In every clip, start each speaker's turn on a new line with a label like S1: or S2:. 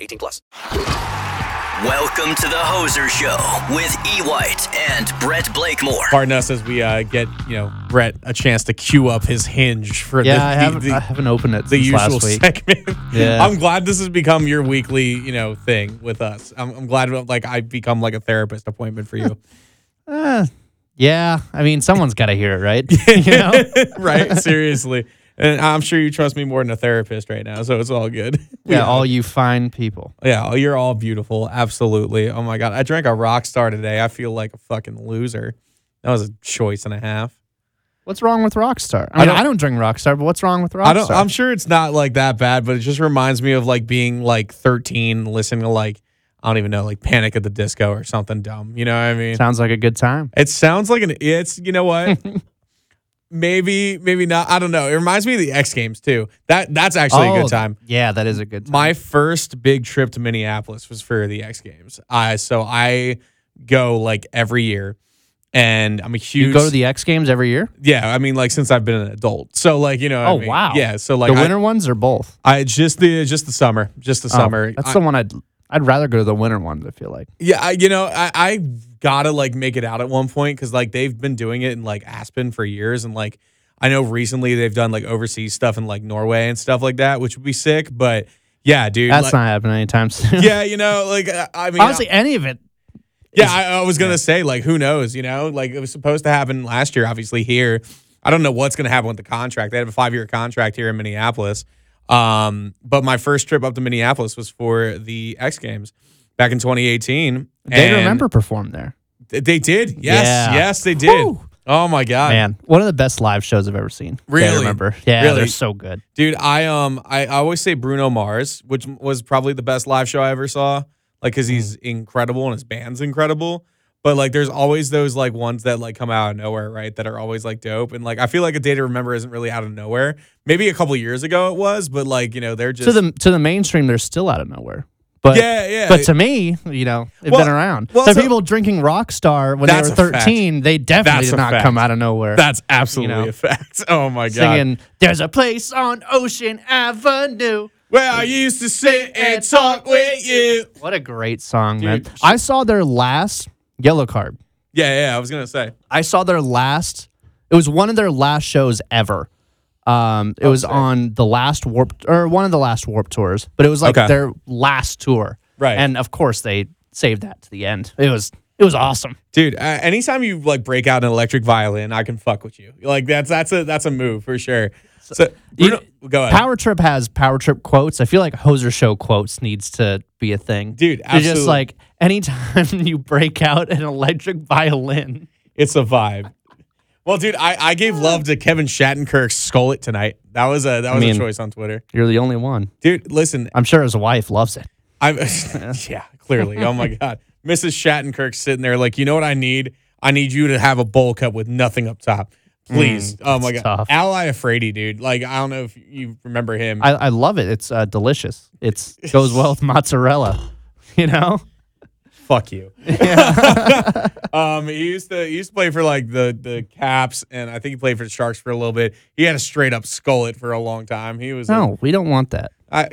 S1: 18 plus.
S2: Welcome to the Hoser Show with E. White and Brett Blakemore.
S3: pardon us as we uh, get you know Brett a chance to queue up his hinge for
S4: Yeah,
S3: the,
S4: I
S3: the-
S4: haven't
S3: the,
S4: I haven't opened it
S3: the
S4: since
S3: usual
S4: last week.
S3: segment.
S4: Yeah.
S3: I'm glad this has become your weekly you know thing with us. I'm, I'm glad like I become like a therapist appointment for you,
S4: Yeah, I mean someone's got to hear it, right? you know?
S3: right? Seriously, and I'm sure you trust me more than a therapist right now, so it's all good.
S4: Yeah, all you fine people.
S3: yeah, you're all beautiful, absolutely. Oh my god, I drank a rock star today. I feel like a fucking loser. That was a choice and a half.
S4: What's wrong with Rockstar? I mean, I
S3: don't-
S4: don't, drink Rockstar, but what's wrong with Rockstar?
S3: I don't. I'm sure it's not like that bad, but it just reminds me of like being like 13, listening to like I don't even know, like Panic at the Disco or something dumb. You know what I mean?
S4: Sounds like a good time.
S3: It sounds like an. It's you know what? maybe maybe not. I don't know. It reminds me of the X Games too. That that's actually a
S4: Oh,
S3: good time.
S4: Yeah, that is a good time.
S3: My first big trip to Minneapolis was for the X Games. I so I go like every year, and I'm a huge.
S4: you go to the X Games every year?
S3: yeah. I mean, like since I've been an adult, so like you know. what I
S4: Oh,
S3: mean?
S4: wow.
S3: Yeah. So like
S4: the
S3: I-
S4: winter ones or both?
S3: I just the just the summer, just the
S4: Oh,
S3: summer.
S4: That's
S3: I-
S4: the one I'd I'd rather go to the winter ones. I feel like.
S3: yeah, I, you know, I, I gotta like make it out at one point because like they've been doing it in like Aspen for years, and like I know recently they've done like overseas stuff in like Norway and stuff like that, which would be sick. But yeah, dude,
S4: That's
S3: like-
S4: not happening anytime soon.
S3: Yeah, you know, like I, I mean,
S4: Honestly, any of it.
S3: Yeah, I, I was gonna say like, who knows? You know, like it was supposed to happen last year. Obviously, here, I don't know what's gonna happen with the contract. They have a five-year contract here in Minneapolis. Um, but my first trip up to Minneapolis was for the X Games back in 2018.
S4: They
S3: and
S4: remember performed there.
S3: th- They did. Yes,
S4: Yeah.
S3: yes, they did.
S4: Whew.
S3: Oh my god,
S4: Man, one of the best live shows I've ever seen. They
S3: Really?
S4: remember? Yeah,
S3: Really?
S4: they're so good.
S3: dude! I um, I, I always say Bruno Mars, which was probably the best live show I ever saw. Like, cause he's
S4: Mm.
S3: incredible and his band's incredible. But like, there's always those like ones that like come out of nowhere, right? That are always like dope. And like, I feel like a day to remember isn't really out of nowhere. Maybe a couple years ago it was, but like, you know, they're just
S4: to the to the mainstream, they're still out of nowhere. But
S3: Yeah, yeah.
S4: But to me, you know, they've
S3: Well-
S4: been around.
S3: well,
S4: so,
S3: so-
S4: people drinking Rockstar when they
S3: That's
S4: were
S3: a fact.
S4: thirteen, they definitely
S3: That's a
S4: did not
S3: fact.
S4: come out of nowhere.
S3: That's absolutely
S4: You know.
S3: a fact. Oh my god.
S4: singing. There's a place on Ocean Avenue.
S3: Well, I used to sit and talk with you.
S4: What a great song, man!
S3: Dude.
S4: I saw their last Yellow Card.
S3: Yeah, yeah. I was gonna say.
S4: I saw their last. It was one of their last shows ever. Um, it was on the last warp or one of the last warp tours, but it was like
S3: Okay.
S4: their last tour.
S3: Right.
S4: And of course, they saved that to the end. It was it was awesome.
S3: Dude, uh, anytime you like break out an electric violin, I can fuck with you. Like that's that's a that's a move for sure. So Bruno, go ahead.
S4: Power Trip has Power Trip quotes. I feel like Hoser Show quotes needs to be a thing,
S3: Dude,
S4: They're
S3: absolutely.
S4: just like anytime you break out an electric violin.
S3: it's a vibe. Well, dude, I, I gave love to Kevin Shattenkirk's Skull It tonight. That was a that was
S4: mean-
S3: a choice on Twitter.
S4: You're the only one.
S3: Dude, listen,
S4: I'm sure his wife loves it.
S3: I'm yeah, clearly. Oh my god. Mrs. Shattenkirk's sitting there like, you know what I need? I need you to have a bowl cup with nothing up top. Please. oh my god.
S4: Mm, that's tough.
S3: Ally Afraidy, dude. Like, I don't know if you remember him.
S4: I, I love it. It's uh, delicious. It's goes well with mozzarella. You know,
S3: fuck you. um, he used to he used to play for like the the Caps, and I think he played for the Sharks for a little bit. He had a straight up skullet for a long time. He was
S4: no, we don't want that.
S3: a, I,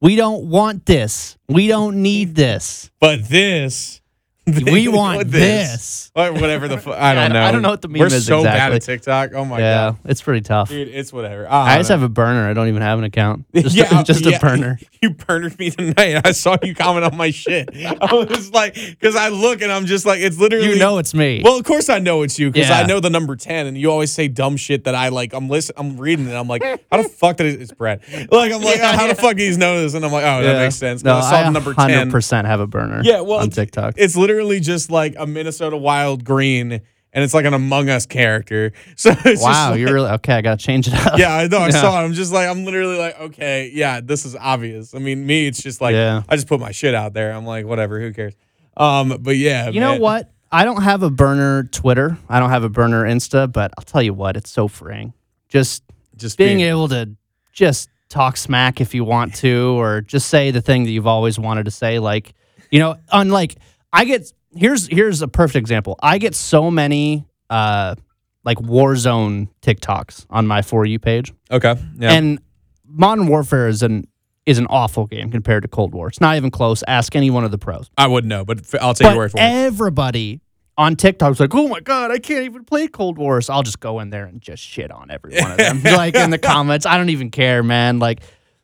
S4: We don't want this. We don't need this.
S3: but this.
S4: We want this.
S3: Or whatever the fuck. I don't
S4: I-
S3: know.
S4: I don't know what the meme
S3: We're
S4: is
S3: so bad at
S4: exactly.
S3: TikTok. Oh my
S4: yeah,
S3: god,
S4: it's pretty tough.
S3: dude, it's whatever. Uh,
S4: I just have a burner. I don't even have an account. Just,
S3: yeah,
S4: just
S3: yeah.
S4: a burner.
S3: You burnered me tonight. I saw you comment on my shit. I was like, because I look and I'm just like, it's literally
S4: You know it's me.
S3: Well, of course I know it's you because I
S4: Yeah.
S3: know the number ten, and you always say dumb shit that I like. I'm listen, I'm reading it. I'm like, how the fuck did it, it's Brad? Like I'm like, oh, how the fuck do these know this? And I'm like, oh, that
S4: Yeah.
S3: makes sense. 'cause
S4: No,
S3: I saw the number ten.
S4: percent have a burner.
S3: Yeah, well,
S4: on
S3: it's-
S4: TikTok.
S3: it's literally just like a Minnesota Wild green, and it's like an Among Us character. So it's
S4: wow,
S3: just like,
S4: you're really okay. I gotta change it up.
S3: yeah, I know. I
S4: Yeah.
S3: saw it. I'm just like, I'm literally like, okay, yeah, this is obvious. I mean, me, it's just like,
S4: Yeah.
S3: I just put my shit out there. I'm like, whatever, who cares? Um, but yeah,
S4: You know
S3: man.
S4: what? I don't have a burner Twitter. I don't have a burner Insta, but I'll tell you what, it's so freeing. Just
S3: Just
S4: being
S3: being,
S4: able to just talk smack if you want to, or just say the thing that you've always wanted to say. Like, you know, unlike I get here's here's a perfect example. I get so many uh like Warzone TikToks on my for you page.
S3: okay, yeah,
S4: And Modern Warfare is an is an awful game compared to Cold War. It's not even close. Ask any one of the pros.
S3: I wouldn't know, but f- I'll take your word
S4: But
S3: for it.
S4: everybody on TikTok's like, oh my god, I can't even play Cold War, so I'll just go in there and just shit on every one of them. like in the comments, I don't even care, man. Like,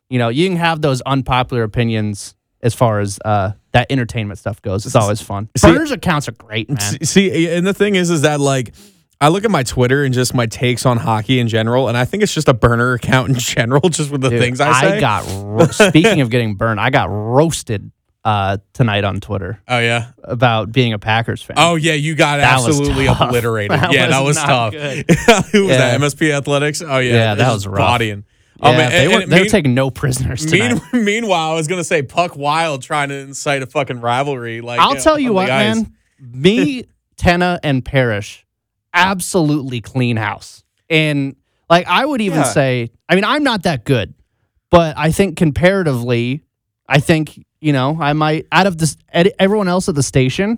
S4: you know, you can have those unpopular opinions as far as uh, that entertainment stuff goes. It's always fun. Burners accounts are great, man.
S3: See, and the thing is, is that like. I look at my Twitter and just my takes on hockey in general, and I think it's just a burner account in general, just with the
S4: Dude,
S3: things I say.
S4: got. Ro- speaking of getting burned, I got roasted uh, tonight on Twitter
S3: oh yeah,
S4: about being a Packers fan.
S3: oh yeah, you got
S4: That was
S3: absolutely
S4: tough.
S3: obliterated.
S4: That
S3: yeah,
S4: was
S3: that was
S4: not
S3: tough.
S4: good.
S3: Who was
S4: Yeah.
S3: that? MSP Athletics. Oh yeah,
S4: Yeah,
S3: it
S4: that was
S3: just
S4: rough.
S3: Bodying.
S4: Yeah,
S3: Um, and-
S4: they, were,
S3: and it
S4: they were
S3: mean-
S4: taking no prisoners tonight.
S3: Mean, meanwhile, I was gonna say Puck Wild trying to incite a fucking rivalry. Like
S4: I'll
S3: know,
S4: tell you
S3: on
S4: what,
S3: the ice.
S4: man. Me, Tenna, and Parrish, absolutely clean house. And like I would even
S3: Yeah.
S4: say, I mean, I'm not that good, but I think comparatively, I think you know, I might out of this ed- everyone else at the station.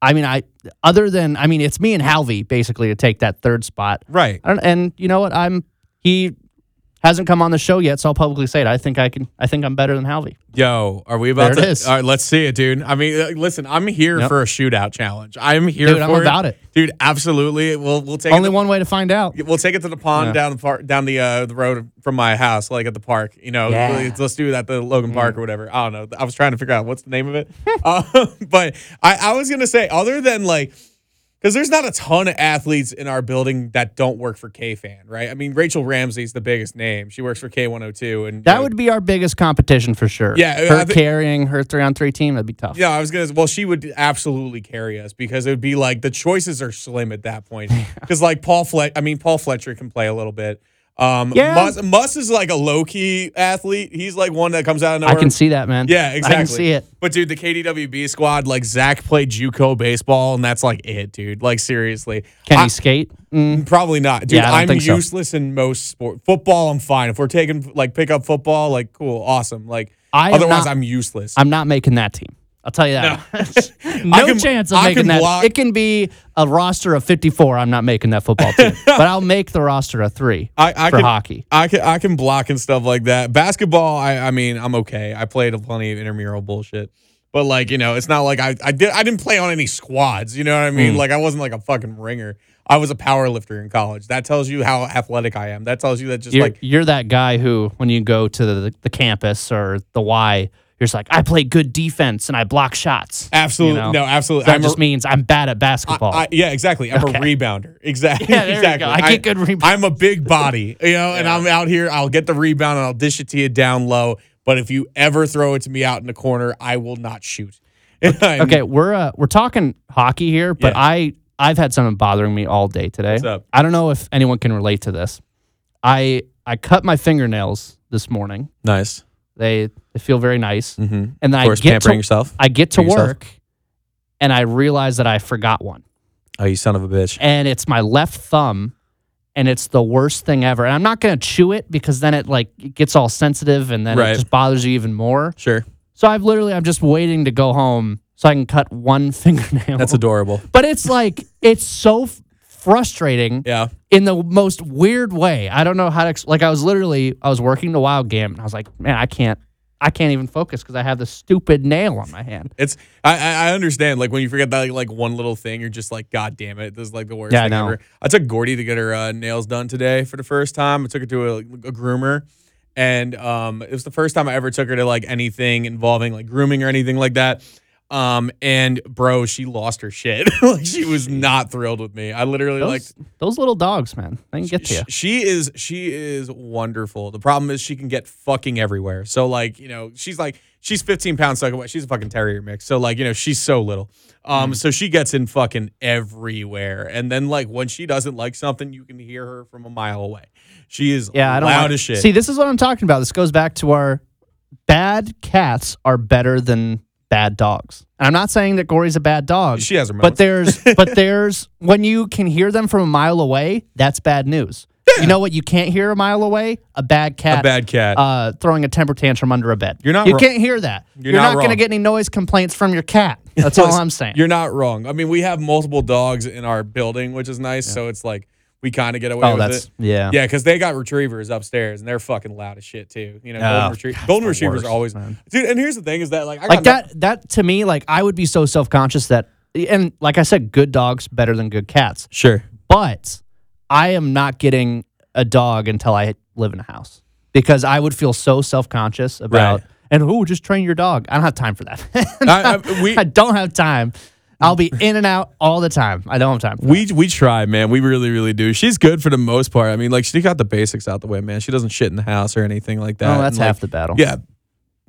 S4: I mean, I other than I mean, it's me and Halvey basically to take that third spot.
S3: Right.
S4: I don't, and you know what? I'm he hasn't come on the show yet, so I'll publicly say it. I think I can. I think I'm better than Halvey.
S3: Yo, are we about
S4: There it
S3: to?
S4: is.
S3: All right, let's see it, dude. I mean, uh, listen, I'm here
S4: Yep.
S3: for a shootout challenge. I'm here
S4: Dude,
S3: for
S4: I'm about it.
S3: dude. Absolutely, we'll we'll take
S4: Only
S3: it,
S4: one way to find out.
S3: We'll take it to the pond down the park, down the uh, the road from my house, like at the park. You know,
S4: Yeah. Mm-hmm.
S3: let's, let's do that the Logan Park or whatever. I don't know. I was trying to figure out what's the name of it. uh, but I, I was gonna say, other than like, because there's not a ton of athletes in our building that don't work for K Fan, right? I mean, Rachel Ramsey's the biggest name. She works for K102, and
S4: That would be our biggest competition for sure.
S3: Yeah, I
S4: her
S3: thi-
S4: carrying her three on three team that'd be tough.
S3: Yeah, I was gonna. Well, she would absolutely carry us because it would be like the choices are slim at that point. Because like Paul Fletcher, I mean Paul Fletcher can play a little bit. Um,
S4: Yeah.
S3: Muss, Muss is like a low key athlete. He's like one that comes out of nowhere.
S4: I can see that, man.
S3: Yeah, exactly.
S4: I can see it.
S3: But dude, the KDWB squad, like Zach played JUCO baseball, and that's like it, dude. Like seriously,
S4: Can
S3: I-
S4: he skate? Mm.
S3: Probably not, dude.
S4: Yeah, I don't
S3: I'm
S4: think so.
S3: useless in most sport. Football, I'm fine. If we're taking like pick up football, like cool, awesome. Like
S4: I am
S3: otherwise,
S4: not-
S3: I'm useless.
S4: I'm not making that team. I'll tell you that. No,
S3: I can-
S4: chance of
S3: I
S4: making
S3: can
S4: that.
S3: block-
S4: It can be a roster of 54. I'm not making that football team, but I'll make the roster of three
S3: I, I
S4: for
S3: can,
S4: hockey.
S3: I can I can block and stuff like that. Basketball, I I mean I'm okay. I played a plenty of intramural bullshit, but like you know, it's not like I I did I didn't play on any squads. You know what I
S4: Mm.
S3: mean? Like I wasn't like a fucking ringer. I was a power lifter in college. That tells you how athletic I am. That tells you that just
S4: You're,
S3: like
S4: you're that guy who, when you go to the, the campus or the Y, you're just like, I play good defense and I block shots.
S3: absolutely
S4: know,
S3: no, absolutely.
S4: That
S3: I'm
S4: just
S3: a,
S4: means I'm bad at basketball.
S3: I, yeah, exactly. I'm
S4: Okay.
S3: a rebounder. Exactly.
S4: Yeah, there you
S3: exactly.
S4: go. I get good rebounds.
S3: I'm a big body, you know, and I'm out here. I'll get the rebound and I'll dish it to you down low. But if you ever throw it to me out in the corner, I will not shoot.
S4: Okay, we're uh, we're talking hockey here, but
S3: Yeah.
S4: I I've had something bothering me all day today.
S3: up?
S4: I don't know if anyone can relate to this. I I cut my fingernails this morning.
S3: Nice.
S4: They they feel very nice,
S3: Mm-hmm.
S4: and then
S3: Of course,
S4: I get to,
S3: pampering yourself.
S4: I get to
S3: for yourself.
S4: work, and I realize that I forgot one,
S3: Oh, you son of a bitch.
S4: and it's my left thumb, and it's the worst thing ever. And I'm not gonna chew it because then it like it gets all sensitive, and then it
S3: Right.
S4: just bothers you even more.
S3: Sure.
S4: So I've literally I'm just waiting to go home so I can cut one fingernail.
S3: That's adorable.
S4: but it's like it's so f- frustrating
S3: Yeah.
S4: in the most weird way. I don't know how to ex- like. I was literally I was working the wild game and I was like, man, I can't, I can't even focus because I have this stupid nail on my hand.
S3: It's I- I I understand like when you forget that like one little thing you're just like god damn it this is like the worst
S4: Yeah, I
S3: thing
S4: know.
S3: ever. I took Gordy to get her uh, nails done today for the first time. I took her to a, a groomer and um it was the first time I ever took her to like anything involving like grooming or anything like that. Um, and bro, she lost her shit. like she was not thrilled with me. I literally like
S4: Those, those little dogs, man, they can get to
S3: Sh-
S4: you.
S3: She is she is wonderful. The problem is she can get fucking everywhere. So like you know she's like she's 15 pounds suck away. She's a fucking terrier mix. So like you know she's so little.
S4: Mm.
S3: Um, so she gets in fucking everywhere. And then like when she doesn't like something, you can hear her from a mile away. She is
S4: Yeah, I don't
S3: loud
S4: like-
S3: as shit.
S4: See, this is what I'm talking about. This goes back to our bad cats are better than bad dogs. And I'm not saying that Gory's a bad dog.
S3: She has her
S4: But
S3: moments.
S4: there's but there's when you can hear them from a mile away, that's bad news. You know what you can't hear a mile away? A bad cat.
S3: A bad cat.
S4: Uh, throwing a temper tantrum under a bed.
S3: You're not
S4: You
S3: wrong.
S4: can't hear that.
S3: You're
S4: You're
S3: not
S4: not, going to
S3: wrong.
S4: get any noise complaints from your cat. That's all
S3: Listen,
S4: I'm saying.
S3: You're not wrong. I mean, we have multiple dogs in our building, which is nice. So it's like we kind of get away
S4: Oh,
S3: with
S4: that's-
S3: it.
S4: yeah.
S3: Yeah, because they got retrievers upstairs and they're fucking loud as shit too. You know,
S4: Oh,
S3: golden, retrie- golden retrievers
S4: worst,
S3: are always
S4: man.
S3: dude. And here's the thing: is that like I got
S4: like
S3: no-
S4: that that to me like i would be so self-conscious that and like i said good dogs better than good cats
S3: sure.
S4: but i am not getting a dog until i live in a house because i would feel so self-conscious about
S3: Right.
S4: and who just train your dog i don't have time for that
S3: I- I- we-
S4: I don't have time i'll be in and out all the time i don't have time for that.
S3: We we try, man. We really really do. She's good for the most part. I mean, like she got the basics out the way, man. She doesn't shit in the house or anything like that.
S4: oh that's
S3: And, like,
S4: half the battle
S3: Yeah.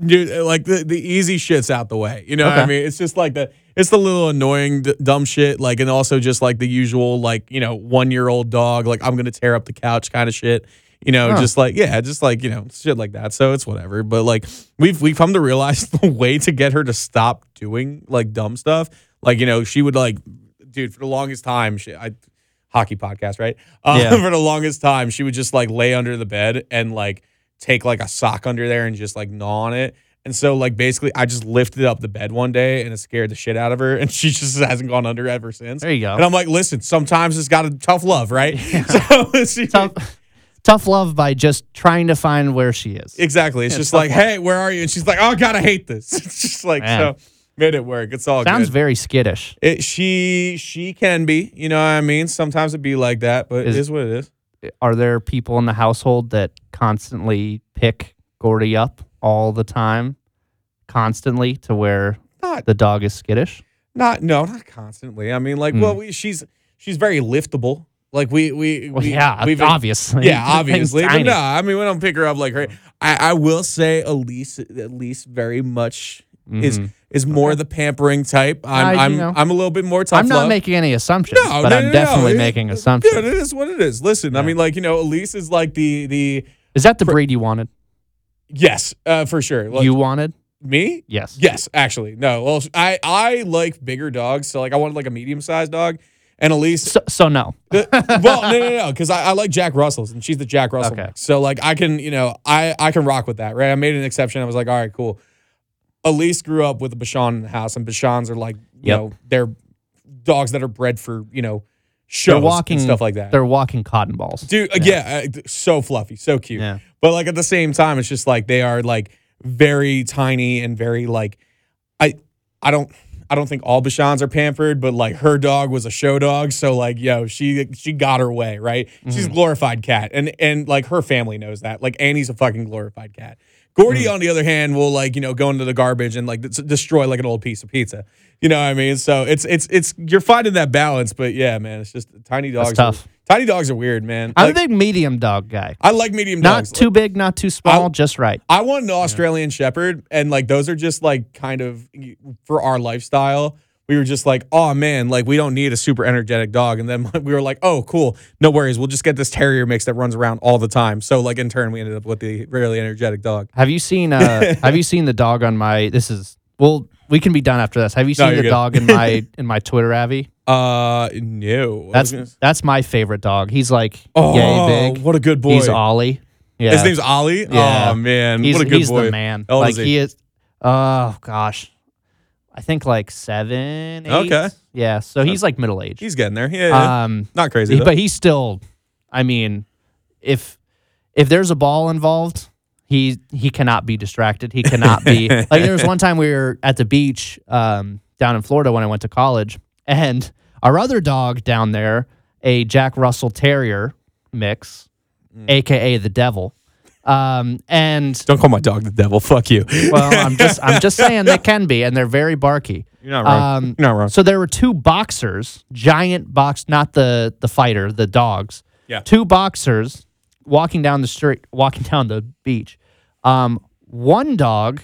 S3: Dude, like the, the easy shit's out the way. You know what I
S4: Okay.
S3: mean? It's just like the it's the little annoying d- dumb shit like and also just like the usual like, you know, 1-year-old dog like I'm going to tear up the couch kind of shit. You know, just like yeah, just like, you know, shit like that. So it's whatever. But like we've we've come to realize the way to get her to stop doing like dumb stuff. Like, you know, she would like dude, for the longest time, she, I hockey podcast, right? Um,
S4: Yeah.
S3: For the longest time, she would just like lay under the bed and like take like a sock under there and just like gnaw on it. And so like basically, I just lifted up the bed one day and it scared the shit out of her, and she just hasn't gone under ever since.
S4: There you go.
S3: And I'm like, listen, sometimes it's got a tough love, right? So she,
S4: tough, tough love by just trying to find where she is
S3: exactly, it's just like, hey, where are you? And she's like, oh god, I hate this. It's just like
S4: Man.
S3: so made it work. It's all
S4: sounds
S3: good.
S4: very skittish
S3: It, she she can be, you know what I mean. Sometimes it be like that, but
S4: Is-
S3: it is what it is.
S4: are there people in the household that constantly pick Gordy up all the time, constantly to where
S3: Not
S4: the dog is skittish?
S3: Not no, not constantly. I mean, like, well,
S4: Hmm.
S3: we, she's she's very liftable. Like we we,
S4: Well,
S3: we
S4: yeah,
S3: we've-
S4: obviously.
S3: yeah,
S4: The thing's
S3: obviously. But
S4: tiny.
S3: no, I mean, we don't pick her up like her. I, I will say Elise, Elise, very much
S4: Mm-hmm.
S3: is is more the pampering type.
S4: I
S3: I'm
S4: do
S3: I'm,
S4: know.
S3: I'm a little bit more tough.
S4: I'm not
S3: love.
S4: making any assumptions,
S3: No,
S4: but
S3: no,
S4: I'm
S3: no, no.
S4: definitely
S3: It-
S4: making
S3: Dude,
S4: assumptions.
S3: it is what it is. Listen, I mean, like you know, Elise is like the the
S4: Is that the breed you wanted?
S3: yes, uh, for sure. Like,
S4: you wanted?
S3: me?
S4: Yes.
S3: Yes, actually, no. Well, I I like bigger dogs, so like I wanted like a medium sized dog, and Elise
S4: So, so no.
S3: The- well, no, no, no, because I, I like Jack Russell's and she's the Jack Russell.
S4: Okay.
S3: mix. So like I can, you know, I I can rock with that, right? I made an exception. I was like, all right, cool. Elise grew up with a Bashan in the house, and Bashans are like, you
S4: Yep.
S3: know, they're dogs that are bred for, you know, shows
S4: They're walking
S3: and stuff like that.
S4: They're walking cotton balls.
S3: Dude, uh, yeah, uh, so fluffy, so cute.
S4: Yeah.
S3: But like at the same time, it's just like they are like very tiny and very like I I don't I don't think all Bashans are pampered, but like her dog was a show dog, so like yo, she she got her way, right? She's
S4: Mm-hmm.
S3: a glorified cat, and and like her family knows that. Like Annie's a fucking glorified cat. Gordy,
S4: Mm.
S3: on the other hand, will like you know go into the garbage and like des- destroy like an old piece of pizza. You know what I mean? So it's it's it's you're finding that balance, but yeah, man, it's just tiny dogs. are-
S4: tough.
S3: tiny dogs are weird, man.
S4: I'm
S3: Like-
S4: a big medium dog guy.
S3: I like medium
S4: Not
S3: dogs.
S4: too big, not too small,
S3: I'll-
S4: just right.
S3: I want an Australian Shepherd, and like those are just like kind of for our lifestyle. We were just like, oh man, like we don't need a super energetic dog. And then we were like, oh cool, no worries, we'll just get this terrier mix that runs around all the time. So like in turn, we ended up with the really energetic dog.
S4: Have you seen uh have you seen the dog on my this is well we can be done after this. Have you
S3: No,
S4: seen
S3: you're
S4: the
S3: good.
S4: dog in my in my Twitter Abby?
S3: Uh, no, I was
S4: That's
S3: gonna-
S4: that's my favorite dog. He's like
S3: oh,
S4: yay big.
S3: what a good boy.
S4: He's Ollie. Yeah.
S3: His name's Ollie.
S4: Yeah.
S3: Oh man,
S4: he's,
S3: what a good
S4: he's
S3: boy.
S4: the man.
S3: How old
S4: like
S3: is he?
S4: he is oh gosh. I think like seven, eight.
S3: Okay.
S4: Yeah. So he's like middle aged.
S3: He's getting there. Yeah, yeah.
S4: Um
S3: not crazy.
S4: he-
S3: though.
S4: but he's still i mean if if there's a ball involved he he cannot be distracted he cannot be like there was one time we were at the beach um, down in florida when i went to college and our other dog down there a jack russell terrier mix
S3: Mm.
S4: aka the devil um, and
S3: Don't call my dog the devil. Fuck you.
S4: well, I'm just I'm just saying they can be, and they're very barky.
S3: You're not wrong.
S4: Um,
S3: You're not wrong.
S4: So there were two boxers, giant box, not the the fighter, the dogs.
S3: Yeah.
S4: Two boxers walking down the street, walking down the beach. Um, one dog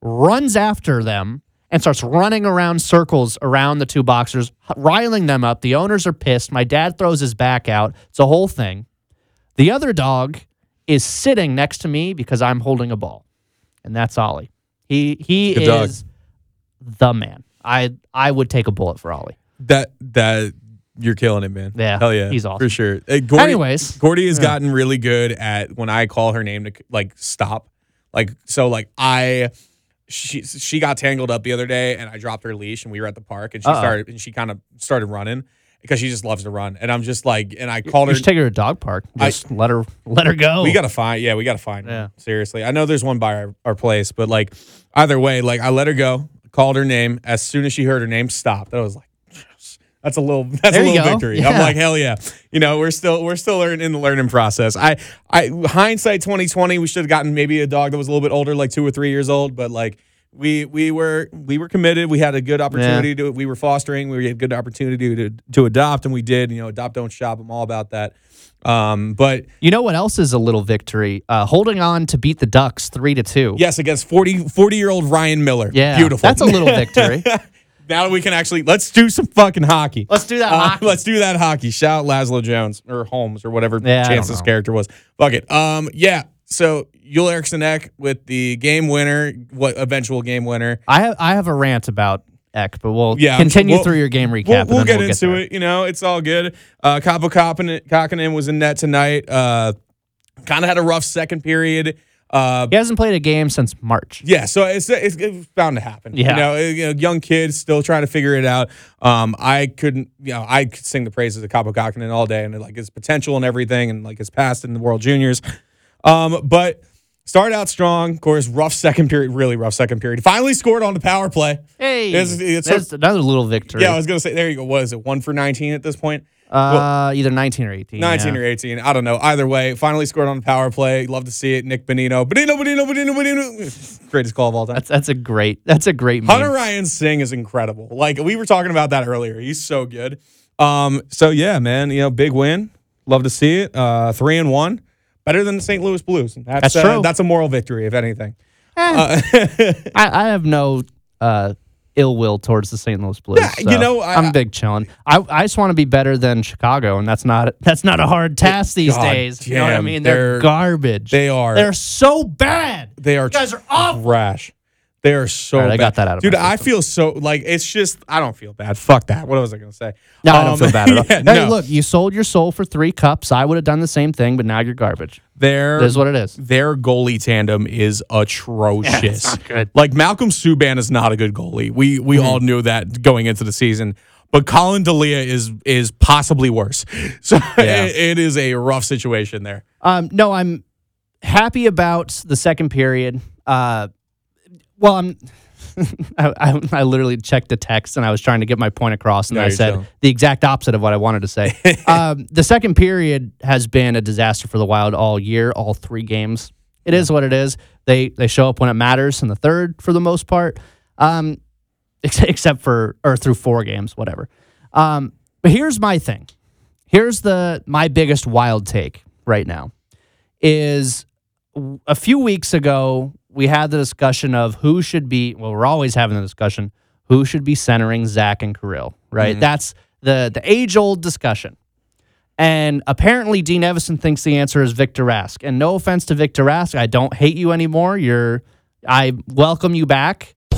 S4: runs after them and starts running around circles around the two boxers, h- riling them up. The owners are pissed. My dad throws his back out. It's a whole thing. The other dog is sitting next to me because I'm holding a ball, and that's Ollie. He he
S3: Good dog.
S4: is the man. I I would take a bullet for Ollie.
S3: That that you're killing it, man.
S4: Yeah,
S3: hell yeah,
S4: he's
S3: for
S4: awesome.
S3: sure. Uh, Gordy,
S4: Anyways.
S3: Gordy has gotten really good at when I call her name to like stop, like so like I. She she got tangled up the other day, and I dropped her leash, and we were at the park, and she
S4: Uh-oh.
S3: started and she kind of started running because she just loves to run, and I'm just like, and I called
S4: You
S3: her.
S4: should take her to a dog park.
S3: I-
S4: Just let her let her go.
S3: We gotta find. Yeah, we gotta find.
S4: Yeah.
S3: Her, seriously, I know there's one by our, our place, but like, either way, like I let her go, called her name. As soon as she heard her name, stopped. I was like, yes, that's a little. That's
S4: There
S3: a
S4: you
S3: little
S4: go.
S3: victory.
S4: Yeah.
S3: I'm like, hell yeah. You know, we're still we're still learn, in the learning process. I I hindsight 2020, we should have gotten maybe a dog that was a little bit older, like two or three years old, but like. We, we were we were committed. We had a good opportunity to we were fostering. We had good opportunity to to adopt, and we did. You know, adopt don't shop. I'm all about that. Um, but
S4: you know what else is a little victory? Uh, holding on to beat the Ducks three to two.
S3: Yes, against 40, 40 year old Ryan Miller.
S4: yeah,
S3: Beautiful.
S4: That's a little victory.
S3: now we can actually, let's do some fucking hockey.
S4: Let's do that
S3: Uh,
S4: hockey.
S3: Let's do that hockey. Shout out Laszlo Jones or Holmes or whatever
S4: Yeah, I don't
S3: Chance's
S4: know.
S3: character was. Fuck it. Um, yeah. So Yul Eriksson Ek with the game winner, what eventual game winner.
S4: I have I have a rant about Eck, but we'll
S3: Yeah, I'm
S4: continue
S3: sure- we'll-
S4: through your game recap.
S3: We'll,
S4: and
S3: we'll
S4: then
S3: get
S4: we'll
S3: into
S4: there.
S3: it. You know, it's all good. Uh, Capo Kokkinen Kokkinen was in net tonight. Uh, kind of had a rough second period. Uh,
S4: He hasn't played a game since March.
S3: Yeah, so it's, it's it's bound to happen.
S4: Yeah.
S3: you know, eh, you know, young kids still trying to figure it out. Um, I couldn't, you know, I could sing the praises of Capo Kakinen all day and like his potential and everything, and like his past in the World Juniors. Um, but started out strong. Of course, rough second period, really rough second period. Finally scored on the power play.
S4: Hey,
S3: It's- it's-
S4: that's another little victory.
S3: Yeah, I was gonna say there you go. What is it? One for nineteen at this point.
S4: uh, either 19 or 18.
S3: 19
S4: yeah.
S3: or 18. I don't know. Either way, finally scored on the power play. Love to see it. Nick Benino. Benino, Benino, Benino, Benino. Greatest call of all time.
S4: That's that's a great that's a great meme.
S3: Hunter Ryan Singh is incredible. Like we were talking about that earlier. He's so good. Um, so yeah, man, you know, big win. Love to see it. Uh, three and one. Better than the St. Louis Blues. That's,
S4: That's
S3: uh,
S4: true.
S3: That's a moral victory, if anything.
S4: I, I have no uh, ill will towards the St. Louis Blues.
S3: Yeah, you
S4: so
S3: know, I-
S4: I'm big chillin'. I, I just want to be better than Chicago, and that's not that's not a hard task these
S3: God
S4: days. you know what I
S3: damn,
S4: mean? They're,
S3: they're-
S4: garbage.
S3: They are.
S4: They're so bad.
S3: They are.
S4: You guys are awful.
S3: Trash. They are so.
S4: All right, I got
S3: bad.
S4: that out of my
S3: Dude, I
S4: system.
S3: feel so like it's just I don't feel bad. Fuck that. What was I gonna say?
S4: No, I don't
S3: Um,
S4: feel bad at all.
S3: yeah,
S4: hey,
S3: no.
S4: look, you sold your soul for three cups. I would have done the same thing, but now you're garbage.
S3: They're
S4: It is what it is.
S3: their goalie tandem is atrocious.
S4: good. Mm-hmm.
S3: Like Malcolm Subban is not a good goalie. We we all knew that going into the season. But Colin Delia is is possibly worse. So it, it is a rough situation there.
S4: Um, no, I'm happy about the second period. Uh, well, I'm. I, I, I literally checked the text and I was trying to get my point across, and
S3: No,
S4: I
S3: you're
S4: said
S3: chilling.
S4: the exact opposite of what I wanted to say. um, the second period has been a disaster for the Wild all year, all three games. It is what it is. They they show up when it matters in the third for the most part, um, ex- except for or through four games, whatever. Um, but here's my thing. Here's the my biggest wild take right now is w- a few weeks ago we had the discussion of who should be well we're always having the discussion who should be centering Zach and Kirill right that's the the age old discussion and apparently Dean Evison thinks the answer is Victor Rask and no offense to Victor Rask I don't hate you anymore you're I welcome you back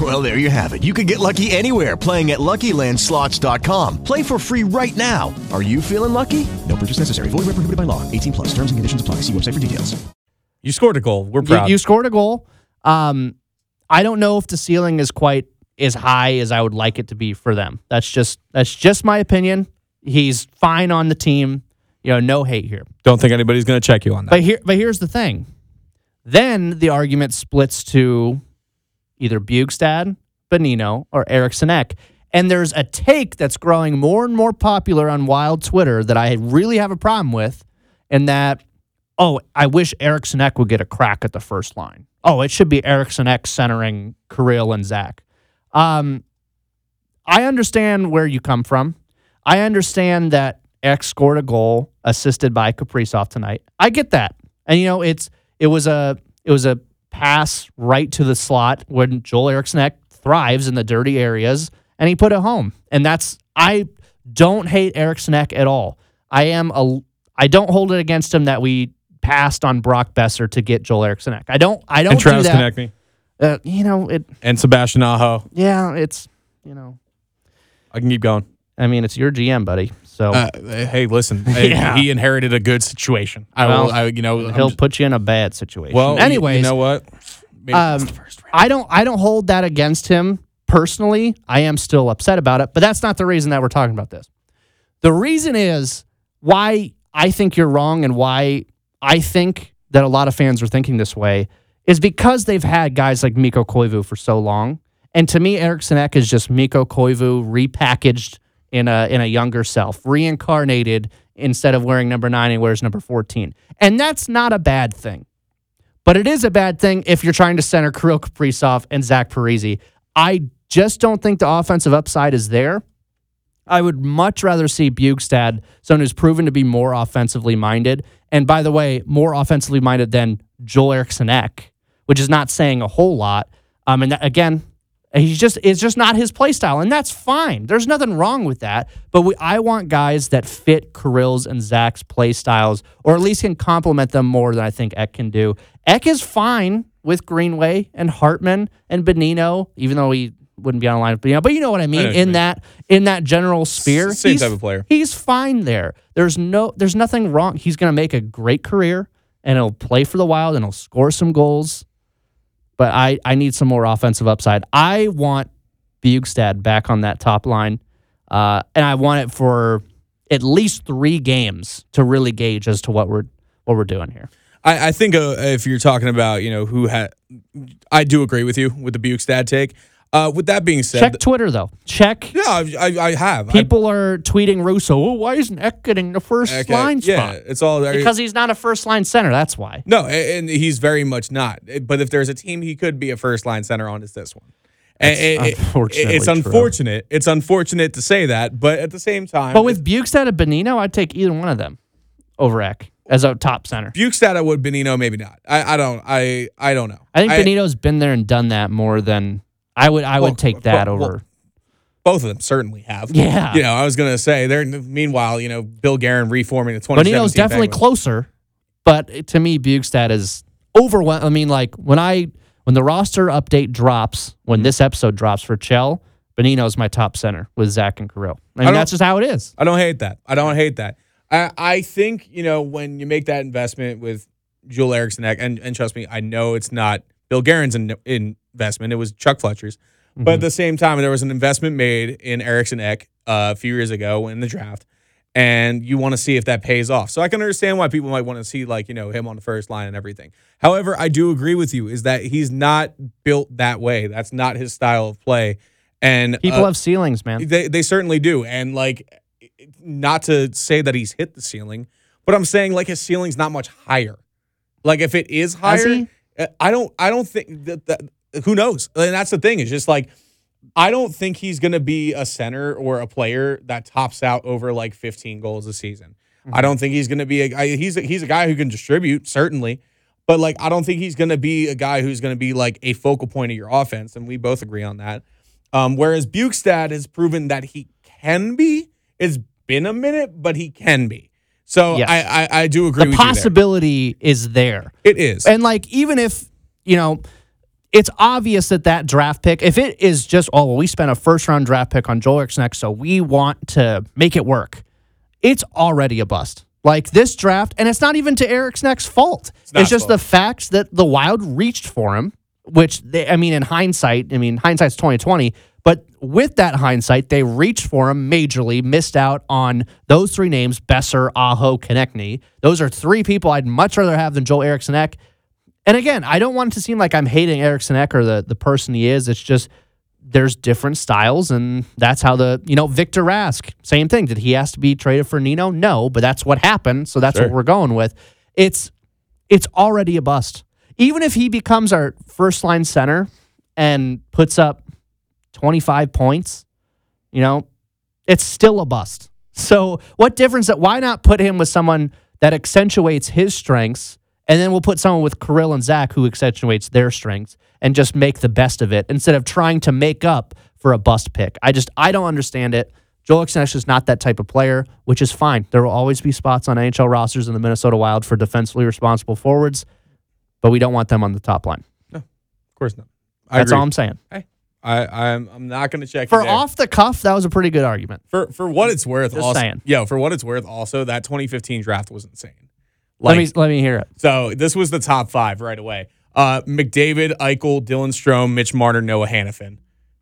S5: Well, there you have it. You can get lucky anywhere playing at LuckyLandSlots.com. Play for free right now. Are you feeling lucky? No purchase necessary. Void where prohibited by law. 18 plus. Terms and conditions apply. See website for details.
S3: You scored a goal. We're
S4: You-
S3: proud.
S4: You, scored a goal. Um, I don't know if the ceiling is quite as high as I would like it to be for them. That's just that's just my opinion. He's fine on the team. You know, no hate here.
S3: Don't think anybody's gonna check you on that.
S4: But here, but here's the thing: Then the argument splits to either Bugstad, Benino, or Eric Sinek. And there's a take that's growing more and more popular on wild Twitter that I really have a problem with, and that, oh, I wish Eric Sinek would get a crack at the first line. Oh, it should be Eric Sinek centering Kirill and Zach. Um, I understand where you come from. I understand that X scored a goal assisted by Kaprizov tonight. I get that. And you know, it's it was a it was a pass right to the slot when Joel Eriksson thrives in the dirty areas and he put it home. And that's I don't hate Eriksson at all. I am a I don't hold it against him that we passed on Brock Besser to get Joel Eriksson. I don't I don't
S3: and Travis
S4: do that.
S3: Konechny
S4: Uh, you know, it
S3: and Sebastian Aho.
S4: yeah, it's you know,
S3: I can keep going.
S4: I mean, it's your GM, buddy. So
S3: Uh, hey, listen, hey,
S4: Yeah.
S3: he inherited a good situation. I will,
S4: Well,
S3: I, you know, I'm
S4: he'll
S3: just-
S4: put you in a bad situation.
S3: well, anyway,
S4: anyways,
S3: you know what? Maybe that's
S4: um,
S3: the first round.
S4: I don't I don't hold that against him personally. I am still upset about it, but that's not the reason that we're talking about this. The reason is why I think you're wrong and why I think that a lot of fans are thinking this way is because they've had guys like Miko Koivu for so long. And to me, Eric Sinek is just Miko Koivu repackaged in a in a younger self, reincarnated instead of wearing number nine, he wears number 14. And that's not a bad thing. But it is a bad thing if you're trying to center Kirill Kaprizov and Zach Parisi. I just don't think the offensive upside is there. I would much rather see Bugstad, someone who's proven to be more offensively minded. And by the way, more offensively minded than Joel Eriksson Ek, which is not saying a whole lot. Um, and that, again, he's just it's just not his play style, and that's fine. There's nothing wrong with that. But we, I want guys that fit Kirill's and Zach's play styles, or at least can complement them more than I think Ek can do. Ek is fine with Greenway and Hartman and Benino, even though he wouldn't be on the line with Benino. But you know what I mean.
S3: what you
S4: in
S3: mean.
S4: that in that general sphere,
S3: same
S4: he's-
S3: type of player.
S4: He's fine there. There's no there's nothing wrong. He's going to make a great career and he'll play for the Wild and he'll score some goals. But I I need some more offensive upside. I want Bugstad back on that top line. Uh, and I want it for at least 3 games to really gauge as to what we're what we're doing here.
S3: I, I think uh, if you're talking about, you know, who had, I do agree with you with the Bukestad take. Uh, with that being said,
S4: Check Twitter though. Check
S3: yeah, I, I, I have I-
S4: people are tweeting Russo, "Oh, why isn't Eck getting the first
S3: okay,
S4: line
S3: uh, yeah,
S4: spot?"
S3: it's all
S4: Because he's not a first line center, that's why.
S3: No, a- and he's very much not. But if there's a team he could be a first line center on, it's this one. And it- it-
S4: unfortunately
S3: it's
S4: true.
S3: unfortunate. It's unfortunate to say that, but at the same time,
S4: But with Bukestad and Benino, I'd take either one of them over Eck as a top center.
S3: Bukestad, I would Benino, maybe not. I, I don't. I I don't know.
S4: I think Benito's been there and done that more than I would. I would
S3: Well,
S4: take that
S3: well,
S4: over.
S3: well, both of them certainly have.
S4: Yeah.
S3: You know, I was gonna say there. Meanwhile, you know, Bill Guerin reforming the 2017
S4: Benito's definitely
S3: Penguins.
S4: closer, but to me, Bukestad is overwhelmed. I mean, like when I when the roster update drops,
S3: Mm-hmm.
S4: when this episode drops for Chell, Benino's my top center with Zach and Kirill. I mean,
S3: don't-
S4: that's just how it is.
S3: I don't hate that. I don't hate that. I, I think, you know, when you make that investment with Jewel Erickson, and, and trust me, I know it's not Bill Guerin's in, investment, it was Chuck Fletcher's. But at the same time, there was an investment made in Erickson Eck uh, a few years ago in the draft, and you want to see if that pays off. So I can understand why people might want to see, like, you know, him on the first line and everything. However, I do agree with you is that he's not built that way. That's not his style of play. And
S4: People
S3: uh,
S4: have ceilings, man.
S3: they they certainly do, and like, not to say that he's hit the ceiling, but I'm saying like his ceiling's not much higher. Like if it is
S4: Has
S3: higher,
S4: he?
S3: uh, I don't I don't think that, that who knows. And that's the thing. It's just like I don't think he's gonna be a center or a player that tops out over like 15 goals a season.
S4: Mm-hmm.
S3: I don't think he's gonna be a I, he's a, he's a guy who can distribute certainly. But like, I don't think he's going to be a guy who's going to be like a focal point of your offense, and we both agree on that. Um, whereas Bukestad has proven that he can be. It's been a minute, but he can be. So
S4: Yes.
S3: I, I I do agree.
S4: The
S3: with you there.
S4: possibility is there.
S3: It is.
S4: And like, even if you know, it's obvious that that draft pick, if it is just, oh, well, we spent a first round draft pick on Joel Eriksson, so we want to make it work. It's already a bust. Like this draft, and it's not even to Ericsson's fault. It's,
S3: not
S4: just
S3: fault.
S4: the fact that the Wild reached for him, which they, I mean, in hindsight, I mean, hindsight's twenty twenty. But with that hindsight, they reached for him majorly, missed out on those three names: Besser, Aho, Konechny. Those are three people I'd much rather have than Joel Eriksson And again, I don't want it to seem like I'm hating Erickson Eck or the, the person he is. It's just there's different styles, and that's how the you know Victor Rask, same thing. Did he ask to be traded for Nino? No, but that's what happened. So that's what we're going with. It's it's already a bust. Even if he becomes our first line center and puts up 25 points, you know, it's still a bust. So what difference that why not put him with someone that accentuates his strengths and then we'll put someone with Kirill and Zach who accentuates their strengths and just make the best of it instead of trying to make up for a bust pick. I just I don't understand it. Joel Exnesh is not that type of player, which is fine. There will always be spots on NHL rosters in the Minnesota Wild for defensively responsible forwards, but we don't want them on the top line.
S3: Of course not. I
S4: That's
S3: agree.
S4: all I'm saying.
S3: I, I'm I'm not going to check
S4: For
S3: you there.
S4: off the cuff, that was a pretty good argument.
S3: for for what it's worth.
S4: Just
S3: also,
S4: saying.
S3: yo, for what it's worth, also that 2015 draft was insane.
S4: let me let me hear it.
S3: So this was the top five right away. Uh, McDavid, Eichel, Dylan Strome, Mitch Marner, Noah Hannafin.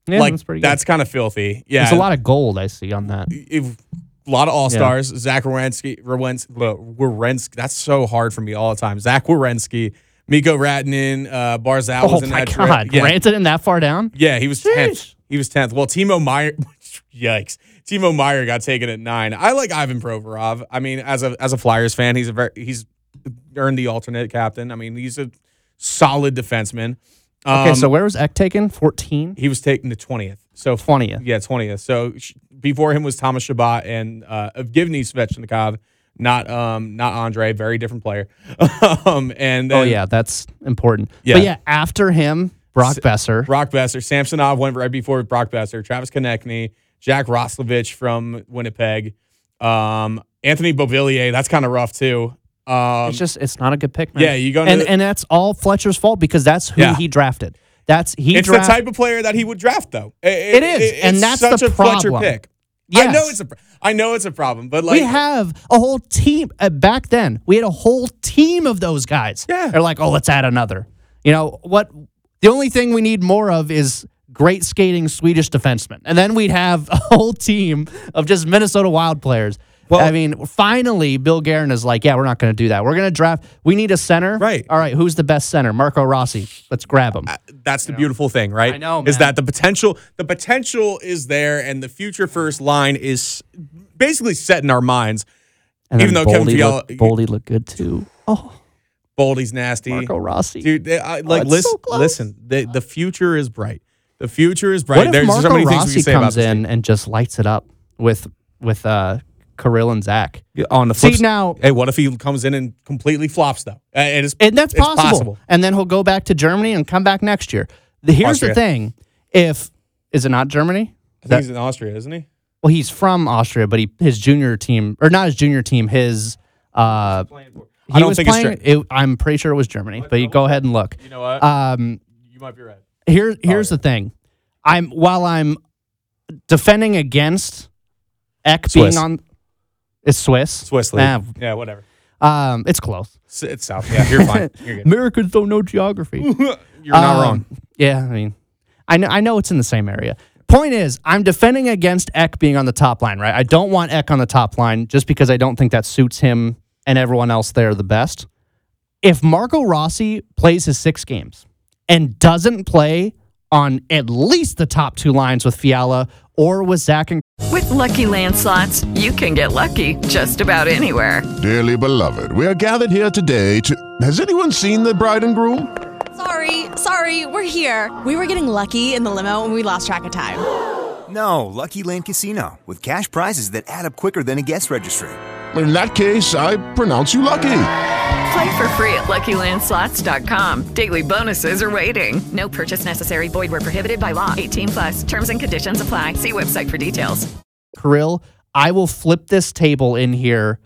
S4: Yeah,
S3: like
S4: that's pretty good.
S3: that's kind of filthy. Yeah,
S4: There's a lot of gold I see on that.
S3: if, a lot of all stars. Zach Wierenski, Wierens- Wierenski. That's so hard for me all the time. Zach Wierenski, Miko Ratnin, uh, Barzal
S4: Oh
S3: was in
S4: my
S3: that dra-
S4: God,
S3: Yeah,
S4: ranted him that far down?
S3: yeah, he was tenth.
S4: Sheesh.
S3: He was tenth. Well, Timo Meyer. Yikes. Timo Meyer got taken at nine. I like Ivan Provorov. I mean, as a as a Flyers fan, he's a very, he's earned the alternate captain. I mean, he's a solid defenseman.
S4: Okay,
S3: Um,
S4: so where was Eck taken? 14?
S3: he was taken to twentieth. So
S4: 20th.
S3: yeah, twentieth. So sh- before him was Thomas Shabbat and uh, Evgeny Svechnikov, not um, not Andre, very different player. um, and then
S4: Oh, yeah, that's important.
S3: Yeah.
S4: But yeah, after him, Brock Besser.
S3: Brock Besser, Samsonov went right before Brock Besser, Travis Konechny, Jack Roslovich from Winnipeg, um, Anthony Beauvillier. That's kind of rough too. Um,
S4: it's just, it's not a good pick, man.
S3: Yeah, you go into
S4: and,
S3: the-
S4: and that's all Fletcher's fault because that's who
S3: Yeah.
S4: he drafted. That's he
S3: it's
S4: draft-
S3: the type of player that he would draft, though. I- I-
S4: It is, and
S3: it's
S4: that's
S3: such
S4: the
S3: a Fletcher
S4: problem.
S3: pick. I
S4: Yes.
S3: know it's a. pr- I know it's a problem, but like
S4: we have a whole team uh, back then. We had a whole team of those guys.
S3: Yeah.
S4: they're like, oh, let's add another. You know what? The only thing we need more of is great skating Swedish defensemen, and then we'd have a whole team of just Minnesota Wild players. Well, I mean, finally, Bill Guerin is like, yeah, we're not going to do that. We're going to draft. We need a center.
S3: Right. Uh,
S4: All right. Who's the best center? Marco Rossi. Let's grab him.
S3: that's the beautiful thing, right?
S4: I know,
S3: Is
S4: man.
S3: that the potential? The potential is there, and the future first line is basically set in our minds.
S4: And
S3: even
S4: then
S3: though Kevin
S4: Boldy
S3: Fiala-
S4: looked, Boldy looked good too. Oh,
S3: Boldy's nasty,
S4: Marco Rossi.
S3: dude. They, I, like,
S4: Oh, it's
S3: listen,
S4: so close.
S3: listen. The the future is bright. The future is bright.
S4: What if
S3: There's
S4: Marco
S3: so many things we
S4: Rossi
S3: can say about
S4: comes
S3: this
S4: in and just lights it up with with uh, Kirill and Zach?
S3: team. on the
S4: See,
S3: flip. s-
S4: now-
S3: hey, what if he comes in and completely flops though? Uh, It is,
S4: And that's
S3: it's
S4: possible. And then he'll go back to Germany and come back next year. The- here's
S3: Austria.
S4: the thing: if is it not Germany?
S3: I think he's in Austria, isn't he?
S4: Well, he's from Austria, but he his junior team or not his junior team, his. Uh, he
S3: I don't
S4: was
S3: think it's
S4: playing, it- I'm pretty sure it was Germany, but you go ahead and look.
S3: You know what?
S4: Um,
S3: you might be right.
S4: here here's the thing i'm while i'm defending against Eck
S3: Swiss.
S4: being on it's swiss
S3: Swiss league.
S4: Ah,
S3: yeah, whatever.
S4: um it's close
S3: It's, it's south. Yeah, you're fine. You're good.
S4: americans don't know geography
S3: You're not
S4: Um,
S3: wrong.
S4: yeah i mean i know i know it's in the same area point is i'm defending against Eck being on the top line right i don't want Eck on the top line just because i don't think that suits him and everyone else there the best if Marco Rossi plays his six games and doesn't play on at least the top two lines with Fiala or with Zach and
S6: With Lucky Land slots, you can get lucky just about anywhere.
S5: Dearly beloved, we are gathered here today to. Has anyone seen the bride and groom?
S7: Sorry, sorry, we're here. We were getting lucky in the limo and we lost track of time.
S8: No, Lucky Land Casino, with cash prizes that add up quicker than a guest registry.
S5: In that case, I pronounce you lucky.
S6: Play for free at LuckyLandSlots.com. Daily bonuses are waiting.
S7: No purchase necessary. Void where prohibited by law.
S6: 18 plus terms and conditions apply. See website for details.
S4: Kirill, I will flip this table in here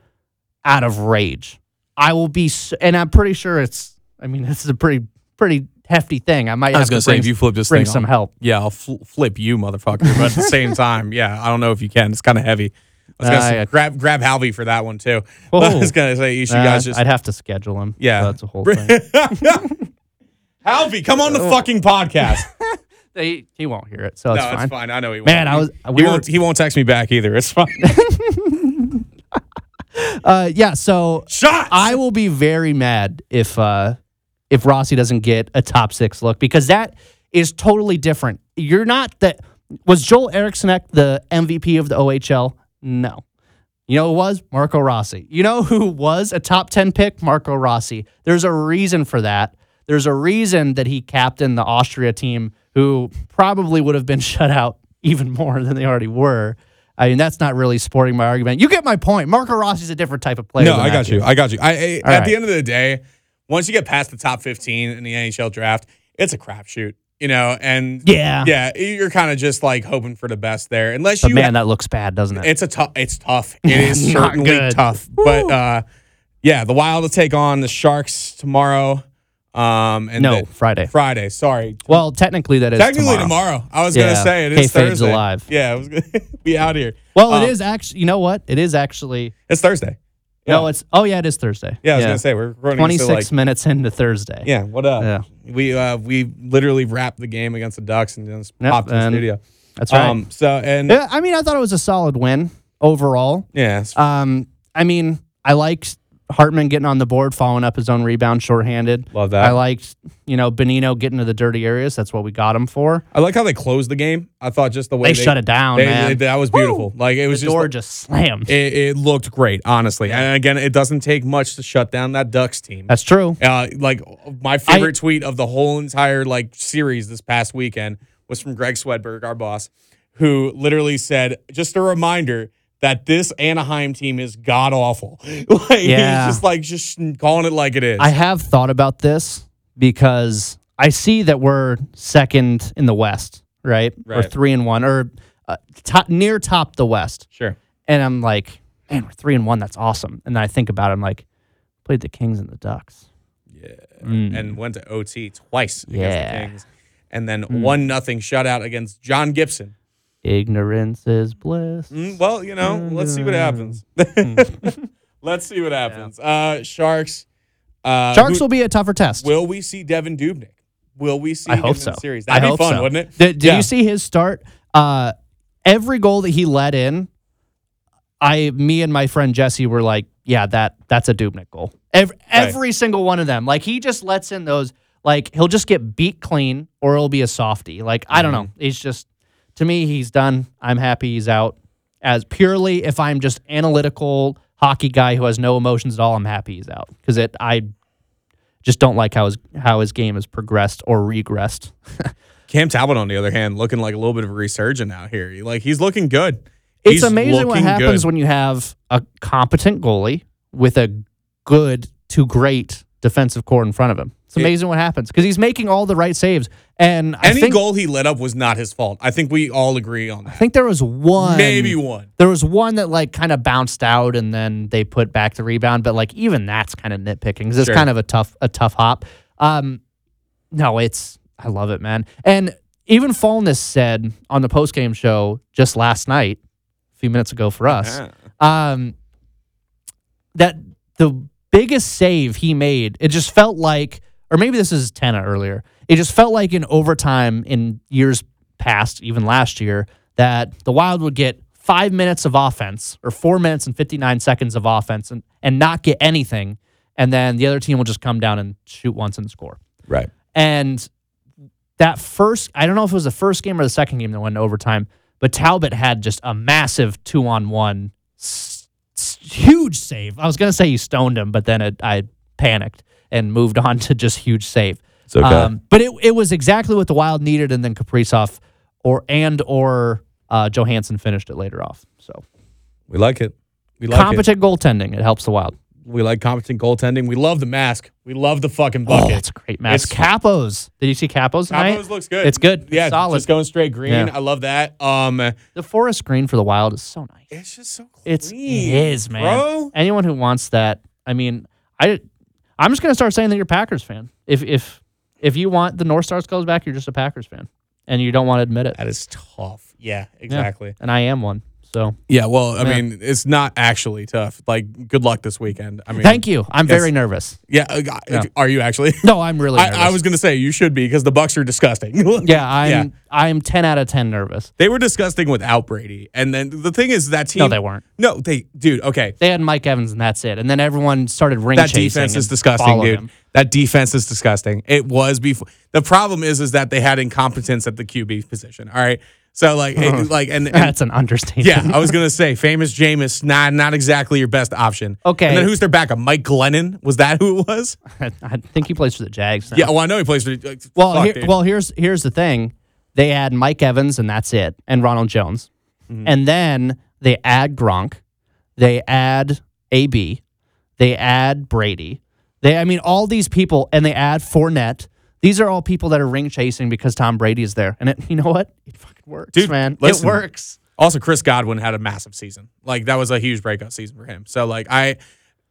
S4: out of rage. I will be, s and I'm pretty sure it's. I mean, this is a pretty pretty hefty thing. I might.
S3: I was
S4: going
S3: gonna
S4: to
S3: say
S4: bring-
S3: if you flip this
S4: bring
S3: thing,
S4: some
S3: I'll-
S4: help.
S3: Yeah, I'll fl- flip you, motherfucker. But at the same time, yeah, I don't know if you can. It's kind of heavy. I was gonna
S4: Uh,
S3: say,
S4: yeah.
S3: grab grab Halvey for that one too. I
S4: Whoa.
S3: was gonna say you should
S4: Nah,
S3: guys just
S4: Uh, I'd have to schedule him.
S3: yeah.
S4: so that's a whole thing. Oh.
S3: Halvey, come on the fucking podcast.
S4: he, he won't hear it, so
S3: no,
S4: it's fine.
S3: it's fine. I know he won't.
S4: Man, I was-
S3: He,
S4: we were-
S3: won't. He won't text me back either. It's fine.
S4: Uh, yeah, so
S3: Shots.
S4: I will be very mad if uh, if Rossi doesn't get a top six look because that is totally different. You're not that. Was Joel Erickson the MVP of the OHL? No. You know who was? Marco Rossi. You know who was a top 10 pick? Marco Rossi. There's a reason for that. There's a reason that he captained the Austria team who probably would have been shut out even more than they already were. I mean, that's not really supporting my argument. You get my point. Marco Rossi's a different type of player.
S3: No,
S4: than
S3: I got you.
S4: Matthews.
S3: I got you. I, I- at
S4: All right.
S3: the end of the day, once you get past the top 15 in the NHL draft, it's a crapshoot, you know, and
S4: Yeah.
S3: yeah, you're kind of just like hoping for the best there, unless
S4: But
S3: you.
S4: man, that looks bad, doesn't it?
S3: it's a tough. It's tough. It is
S4: Not
S3: certainly
S4: good.
S3: tough. But uh, yeah, the Wild will take on the Sharks tomorrow. Um, and
S4: No,
S3: the-
S4: Friday.
S3: Friday. Sorry,
S4: Well, technically that is
S3: technically tomorrow. I was gonna
S4: Yeah,
S3: say it is
S4: kayfabe's
S3: Thursday.
S4: alive.
S3: Yeah, I was gonna be out here.
S4: Well,
S3: Um,
S4: it is actually. You know what? It is actually.
S3: It's Thursday.
S4: No,
S3: Yeah.
S4: it's. Oh yeah, it is Thursday.
S3: Yeah, I was gonna say, we're running into,
S4: 26
S3: like-
S4: minutes into Thursday.
S3: Yeah, what up?
S4: Yeah.
S3: We uh we literally wrapped the game against the Ducks and just
S4: Yep,
S3: popped in the
S4: and-
S3: studio. Um,
S4: that's right.
S3: so and
S4: Yeah, I mean, I thought it was a solid win overall.
S3: yeah, it's-
S4: Um, I mean, I liked Hartman getting on the board, following up his own rebound shorthanded.
S3: Love that.
S4: I liked, you know, Benino getting to the dirty areas. That's what we got him for.
S3: I like how they closed the game. I thought just the way
S4: They shut it down,
S3: they-
S4: man.
S3: that was beautiful. Like it was
S4: The
S3: just
S4: door just slammed.
S3: It, it looked great, honestly. And again, it doesn't take much to shut down that Ducks team.
S4: That's true.
S3: Uh, like my favorite tweet of the whole entire like series this past weekend was from Greg Swedberg, our boss, who literally said, "Just a reminder that this Anaheim team is god awful." like
S4: Yeah.
S3: he's just like just calling it like it is.
S4: I have thought about this because I see that we're second in the West, right? Or
S3: Right.
S4: three and one, or uh, top, near top the West.
S3: sure.
S4: And I'm like, man, we're three and one. That's awesome. And then I think about it. I'm like, played the Kings and the Ducks.
S3: and went to OT twice against the
S4: Mm. Yeah. Mm.
S3: Kings. And then one nothing shutout against John Gibson.
S4: Ignorance is bliss.
S3: Mm, well, you know, let's
S4: Mm.
S3: see what happens. let's see what happens. Uh, Sharks. Uh,
S4: Sharks
S3: who-
S4: will be a tougher test.
S3: Will we see Devin Dubnik? Will we see
S4: I
S3: him
S4: hope
S3: in
S4: so.
S3: the series?
S4: I
S3: That'd be
S4: hope
S3: fun,
S4: so.
S3: wouldn't it?
S4: Did, did
S3: Yeah.
S4: you see his start? Uh, every goal that he let in, I, me and my friend Jesse were like, "Yeah, that that's a Dubnik goal." Every, every single one of them. Like he just lets in those. Like he'll just get beat clean, or it'll be a softie. Like I don't know. He's just to me, he's done. I'm happy he's out. As purely, if I'm just analytical hockey guy who has no emotions at all, I'm happy he's out because it. I just don't like how his how his game has progressed or regressed.
S3: Cam Talbot, on the other hand, looking like a little bit of a resurgent out here. He- Like he's looking good.
S4: It's
S3: He's
S4: amazing what
S3: looking
S4: happens
S3: good.
S4: when you have a competent goalie with a good to great defensive core in front of him. It's amazing what happens because he's making all the right saves. And I
S3: any
S4: think,
S3: goal he let up was not his fault. I think we all agree on
S4: I
S3: that.
S4: think there was one,
S3: Maybe one.
S4: There was one that like kind of bounced out and then they put back the rebound. But like even that's kind of nitpicking because it's
S3: Sure.
S4: kind of a tough a tough hop. Um, no, it's I love it, man. And even Fallness said on the post game show just last night, a few minutes ago for us.
S3: Yeah.
S4: um, that the biggest save he made, it just felt like, or maybe this is Tana earlier. It just felt like in overtime in years past, even last year, that the Wild would get five minutes of offense or four minutes and 59 seconds of offense and, and not get anything. And then the other team will just come down and shoot once and score.
S3: Right.
S4: And that first, I don't know if it was the first game or the second game that went to overtime, but Talbot had just a massive two on one, s- s- huge save. I was going to say you stoned him, but then it, I panicked and moved on to just huge save. Um,
S3: okay.
S4: but it, it was exactly what the Wild needed, and then Kaprizov or and or uh, Johansson finished it later off. So
S3: We like it. We like it.
S4: competent goaltending, it helps the Wild.
S3: We like competent goaltending. We love the mask. We love the fucking
S4: Oh,
S3: bucket.
S4: that's a great match.
S3: It's-
S4: Capos. Did you see Capos tonight?
S3: Capos looks good.
S4: It's good.
S3: Yeah,
S4: It's solid.
S3: Just going straight green.
S4: Yeah.
S3: I love that. Um,
S4: the forest green for the Wild is so nice.
S3: it's just so clean.
S4: It's it is, man.
S3: Bro.
S4: Anyone who wants that, I mean, I, I'm just gonna start saying that you're a Packers fan. If if if you want the North Stars goes back, you're just a Packers fan, and you don't want to admit it.
S3: That is tough. Yeah, exactly.
S4: And I am one. So
S3: Yeah, well, I
S4: Yeah.
S3: mean, it's not actually tough. Like, good luck this weekend. I mean,
S4: Thank you. I'm
S3: yes.
S4: very nervous.
S3: Yeah, uh, g-
S4: Yeah.
S3: are you actually?
S4: No, I'm really. Nervous.
S3: I, I was gonna say you should be because the Bucks are disgusting.
S4: Yeah, I'm.
S3: Yeah.
S4: I'm 10 out of 10 nervous.
S3: They were disgusting without Brady, and then the thing is that team.
S4: No, they weren't.
S3: No, they, dude. Okay,
S4: They had Mike Evans, and that's it. And then everyone started ring
S3: that
S4: chasing.
S3: defense is
S4: and
S3: disgusting,
S4: followed
S3: dude.
S4: him.
S3: That defense is disgusting. It was before. The problem is, is that they had incompetence at the QB position. All right, so like, it- like, and, and-
S4: That's an understatement.
S3: yeah, I was gonna say famous Jameis, not not exactly your best option.
S4: Okay.
S3: and then who's their backup? Mike Glennon was that who it was?
S4: I think he plays for the Jags. Now.
S3: Yeah, well, I know he plays for. Like,
S4: Well,
S3: fuck,
S4: here,
S3: dude.
S4: well, here's here's the thing. They add Mike Evans and that's it, and Ronald Jones,
S3: Mm-hmm.
S4: and then they add Gronk, they add AB, they add Brady. They, I mean, all these people, and they add Fournette. These are all people that are ring chasing because Tom Brady is there, and it, you know what? It fucking works,
S3: Dude,
S4: man.
S3: listen.
S4: It works.
S3: Also, Chris Godwin had a massive season. Like that was a huge breakout season for him. So like I,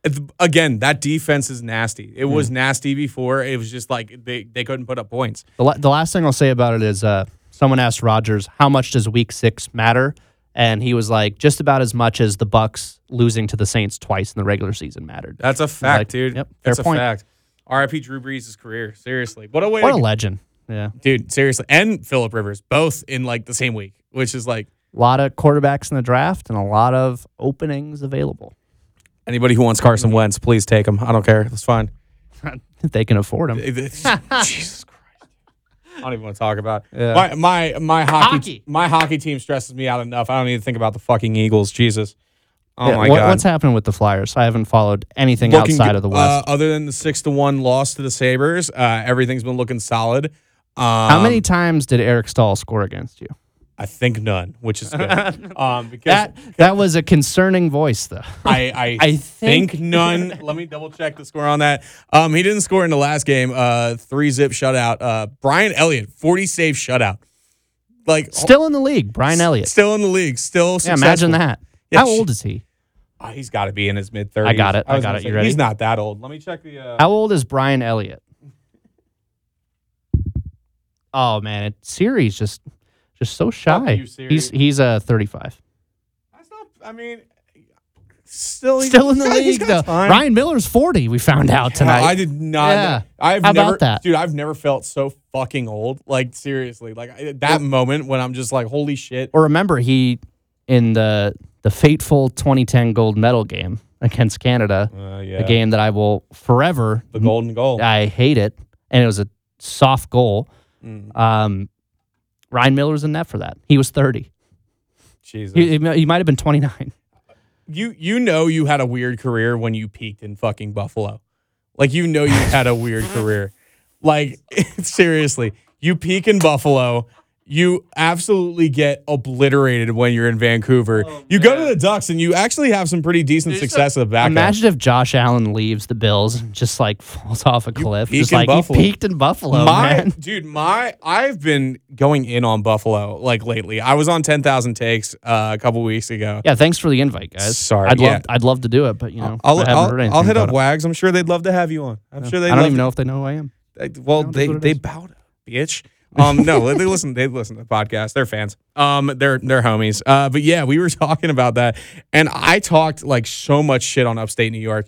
S3: it's- again, that defense is nasty. It
S4: Hmm.
S3: was nasty before. It was just like they they couldn't put up points.
S4: The, la- the last thing I'll say about it is uh, someone asked Rodgers, how much does week six matter? And he was like, just about as much as the Bucks losing to the Saints twice in the regular season mattered.
S3: That's a fact,
S4: Like,
S3: dude.
S4: yep, fair
S3: That's a
S4: point.
S3: fact. R.I.P. Drew Brees' career. Seriously, what a way,
S4: What
S3: to-
S4: a legend. Yeah.
S3: dude. Seriously, and Philip Rivers both in like the same week, which is like
S4: A lot of quarterbacks in the draft and a lot of openings available.
S3: anybody who wants Carson Wentz, please take him. I don't care. That's fine.
S4: they can afford them.
S3: Jesus Christ. I don't even want to talk about it.
S4: Yeah.
S3: my my my hockey,
S4: Hockey.
S3: my hockey team stresses me out enough. I don't need to think about the fucking Eagles. Jesus. Oh my god.
S4: What's happening with the Flyers? I haven't followed anything
S3: Looking
S4: outside
S3: good-
S4: of the
S3: uh,
S4: West.
S3: other than the six to one loss to the Sabers, uh, everything's been looking solid. Um,
S4: How many times did Eric Stahl score against you?
S3: I think none, which is good. um, because
S4: That that was a concerning voice,
S3: Oh.
S4: though.
S3: I, I,
S4: I
S3: think,
S4: think-
S3: none. Let me double check the score on that. Um, he didn't score in the last game. Uh, three zip shutout. Uh, Brian Elliott, forty save shutout. Like
S4: Still in the league, Brian Elliott.
S3: Still in the league. Still.
S4: Yeah,
S3: successful.
S4: imagine that.
S3: Yeah,
S4: How
S3: sh-
S4: old is he?
S3: Oh, he's got to be in his mid thirties.
S4: I got it. I got it. You ready?
S3: He's not that old. Let me check the. Uh,
S4: How old is Brian Elliott? Oh man, it, Siri's just just so shy.
S3: you, Siri.
S4: he's he's uh 35.
S3: that's not. I mean, still
S4: Still in the
S3: he's got- he's
S4: league
S3: got
S4: though.
S3: time.
S4: Ryan Miller's 40. We found out tonight.
S3: Yeah, I did not.
S4: Yeah.
S3: I've
S4: How about
S3: never,
S4: that?
S3: dude. I've never felt so fucking old. Like seriously, like I, that moment when I'm just like, holy shit.
S4: Or remember he in the the fateful 2010 gold medal game against Canada,
S3: Uh, yeah.
S4: a game that I will forever
S3: The golden goal.
S4: I hate it, and it was a soft goal.
S3: Mm.
S4: Um, Ryan Miller was in net for that. He was 30.
S3: Jesus.
S4: He, he, he might have been 29.
S3: you you know you had a weird career when you peaked in fucking Buffalo. Like you know you had a weird career. Like seriously, you peak in Buffalo, you absolutely get obliterated when you're in Vancouver. you go to the Ducks and you actually have some pretty decent success with backup.
S4: Imagine if Josh Allen leaves the Bills and just like falls off a cliff.
S3: peak
S4: Just
S3: in
S4: like
S3: Buffalo.
S4: he peaked in Buffalo,
S3: my
S4: man.
S3: dude, my I've been going in on Buffalo like lately. I was on 10,000 takes uh, a couple weeks ago.
S4: Yeah, thanks for the invite, guys.
S3: Sorry,
S4: I'd
S3: yeah.
S4: love I'd love to do it, but you know,
S3: I'll,
S4: I haven't
S3: I'll,
S4: heard
S3: I'll
S4: anything
S3: hit up
S4: about
S3: Wags. I'm sure they'd love to have you on. I'm sure
S4: it.
S3: they
S4: I don't even
S3: know.
S4: know if they know who I am.
S3: Uh, Well,
S4: No, it is
S3: they
S4: what it
S3: they
S4: is.
S3: bowed, bitch. Um, no, they they listen. They listen to the podcast. They're fans. Um, they're they're homies. Uh, but yeah, we were talking about that, and I talked like so much shit on upstate New York,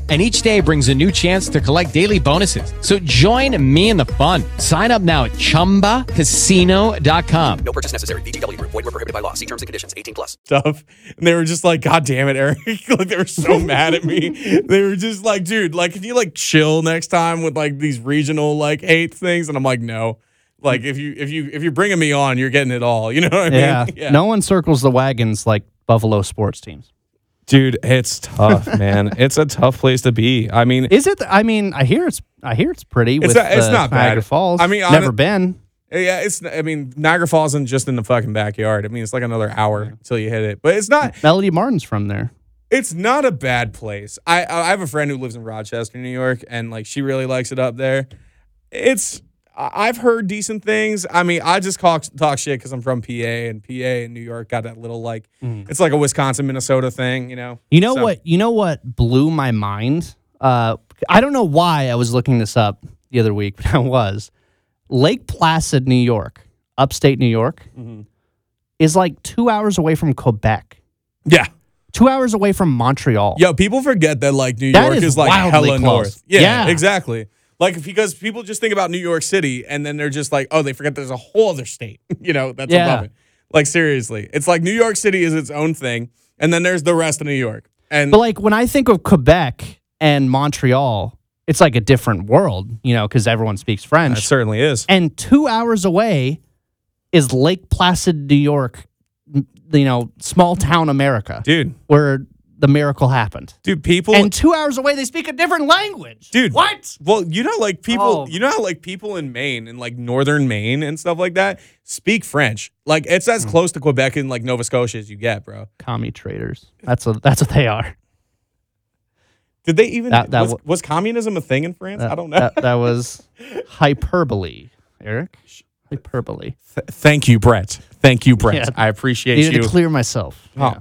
S9: And each day brings a new chance to collect daily bonuses. So join me in the fun. Sign up now at chumbacasino.com.
S1: No purchase necessary. VGW Group. Void were prohibited by law. See terms and conditions. 18 plus.
S3: Stuff, and they were just like, "God damn it, Eric!" like they were so mad at me. They were just like, "Dude, like, can you like chill next time with like these regional like hate things?" And I'm like, "No." Like if you if you if you're bringing me on, you're getting it all. You know what I
S4: Mm. Yeah.
S3: mean?
S4: No one circles the wagons like Buffalo sports teams.
S3: Dude, it's tough, man. it's a tough place to be. I mean,
S4: Is it? I mean, I hear it's I hear it's pretty.
S3: It's
S4: with
S3: not- it's
S4: the
S3: not bad.
S4: Niagara Falls.
S3: I mean,
S4: never
S3: hone-
S4: been.
S3: yeah, it's. I mean, Niagara Falls isn't just in the fucking backyard. I mean, it's like another hour until you hit it. But it's not.
S4: Melody Martin's from there.
S3: It's not a bad place. I I I have a friend who lives in Rochester, New York, and like she really likes it up there. It's I- I've heard decent things. I mean, I just talk talk shit because I'm from PA, and PA and New York got that little like it's like a Wisconsin Minnesota thing, Mm. you know.
S4: You know
S3: So-
S4: what? You know what blew my mind? Uh, I don't know why I was looking this up the other week, but I was. Lake Placid, New York, upstate New York,
S3: Mm-hmm.
S4: is like two hours away from Quebec.
S3: Yeah.
S4: Two hours away from Montreal.
S3: Yo, people forget that like New
S4: That
S3: York
S4: is
S3: is, like
S4: wildly
S3: hella
S4: close.
S3: north.
S4: Yeah.
S3: exactly. Like because people just think about New York City and then they're just like, oh, they forget there's a whole other state. you know, that's
S4: Yeah.
S3: above it. Like seriously, it's like New York City is its own thing, and then there's the rest of New York. And
S4: But like when I think of Quebec and Montreal, it's like a different world, you know, because everyone speaks French.
S3: That certainly is.
S4: And two hours away is Lake Placid, New York, m- you know, small town America,
S3: dude,
S4: where the miracle happened.
S3: dude, people
S4: and two hours away, they speak a different language.
S3: dude
S4: what
S3: well you know like people
S4: Oh.
S3: you know how like people in maine and like northern maine and stuff like that speak french like it's as close to quebec and like nova scotia as you get bro
S4: Commie traitors. That's what that's what they are.
S3: did they even
S4: That- that
S3: was,
S4: w-
S3: was communism a thing in france i don't know
S4: That, that was hyperbole, Eric. Hyperbole.
S3: thank you brett thank you brett
S4: Yeah.
S3: i appreciate
S4: Needed
S3: you
S4: to clear myself.
S3: Oh.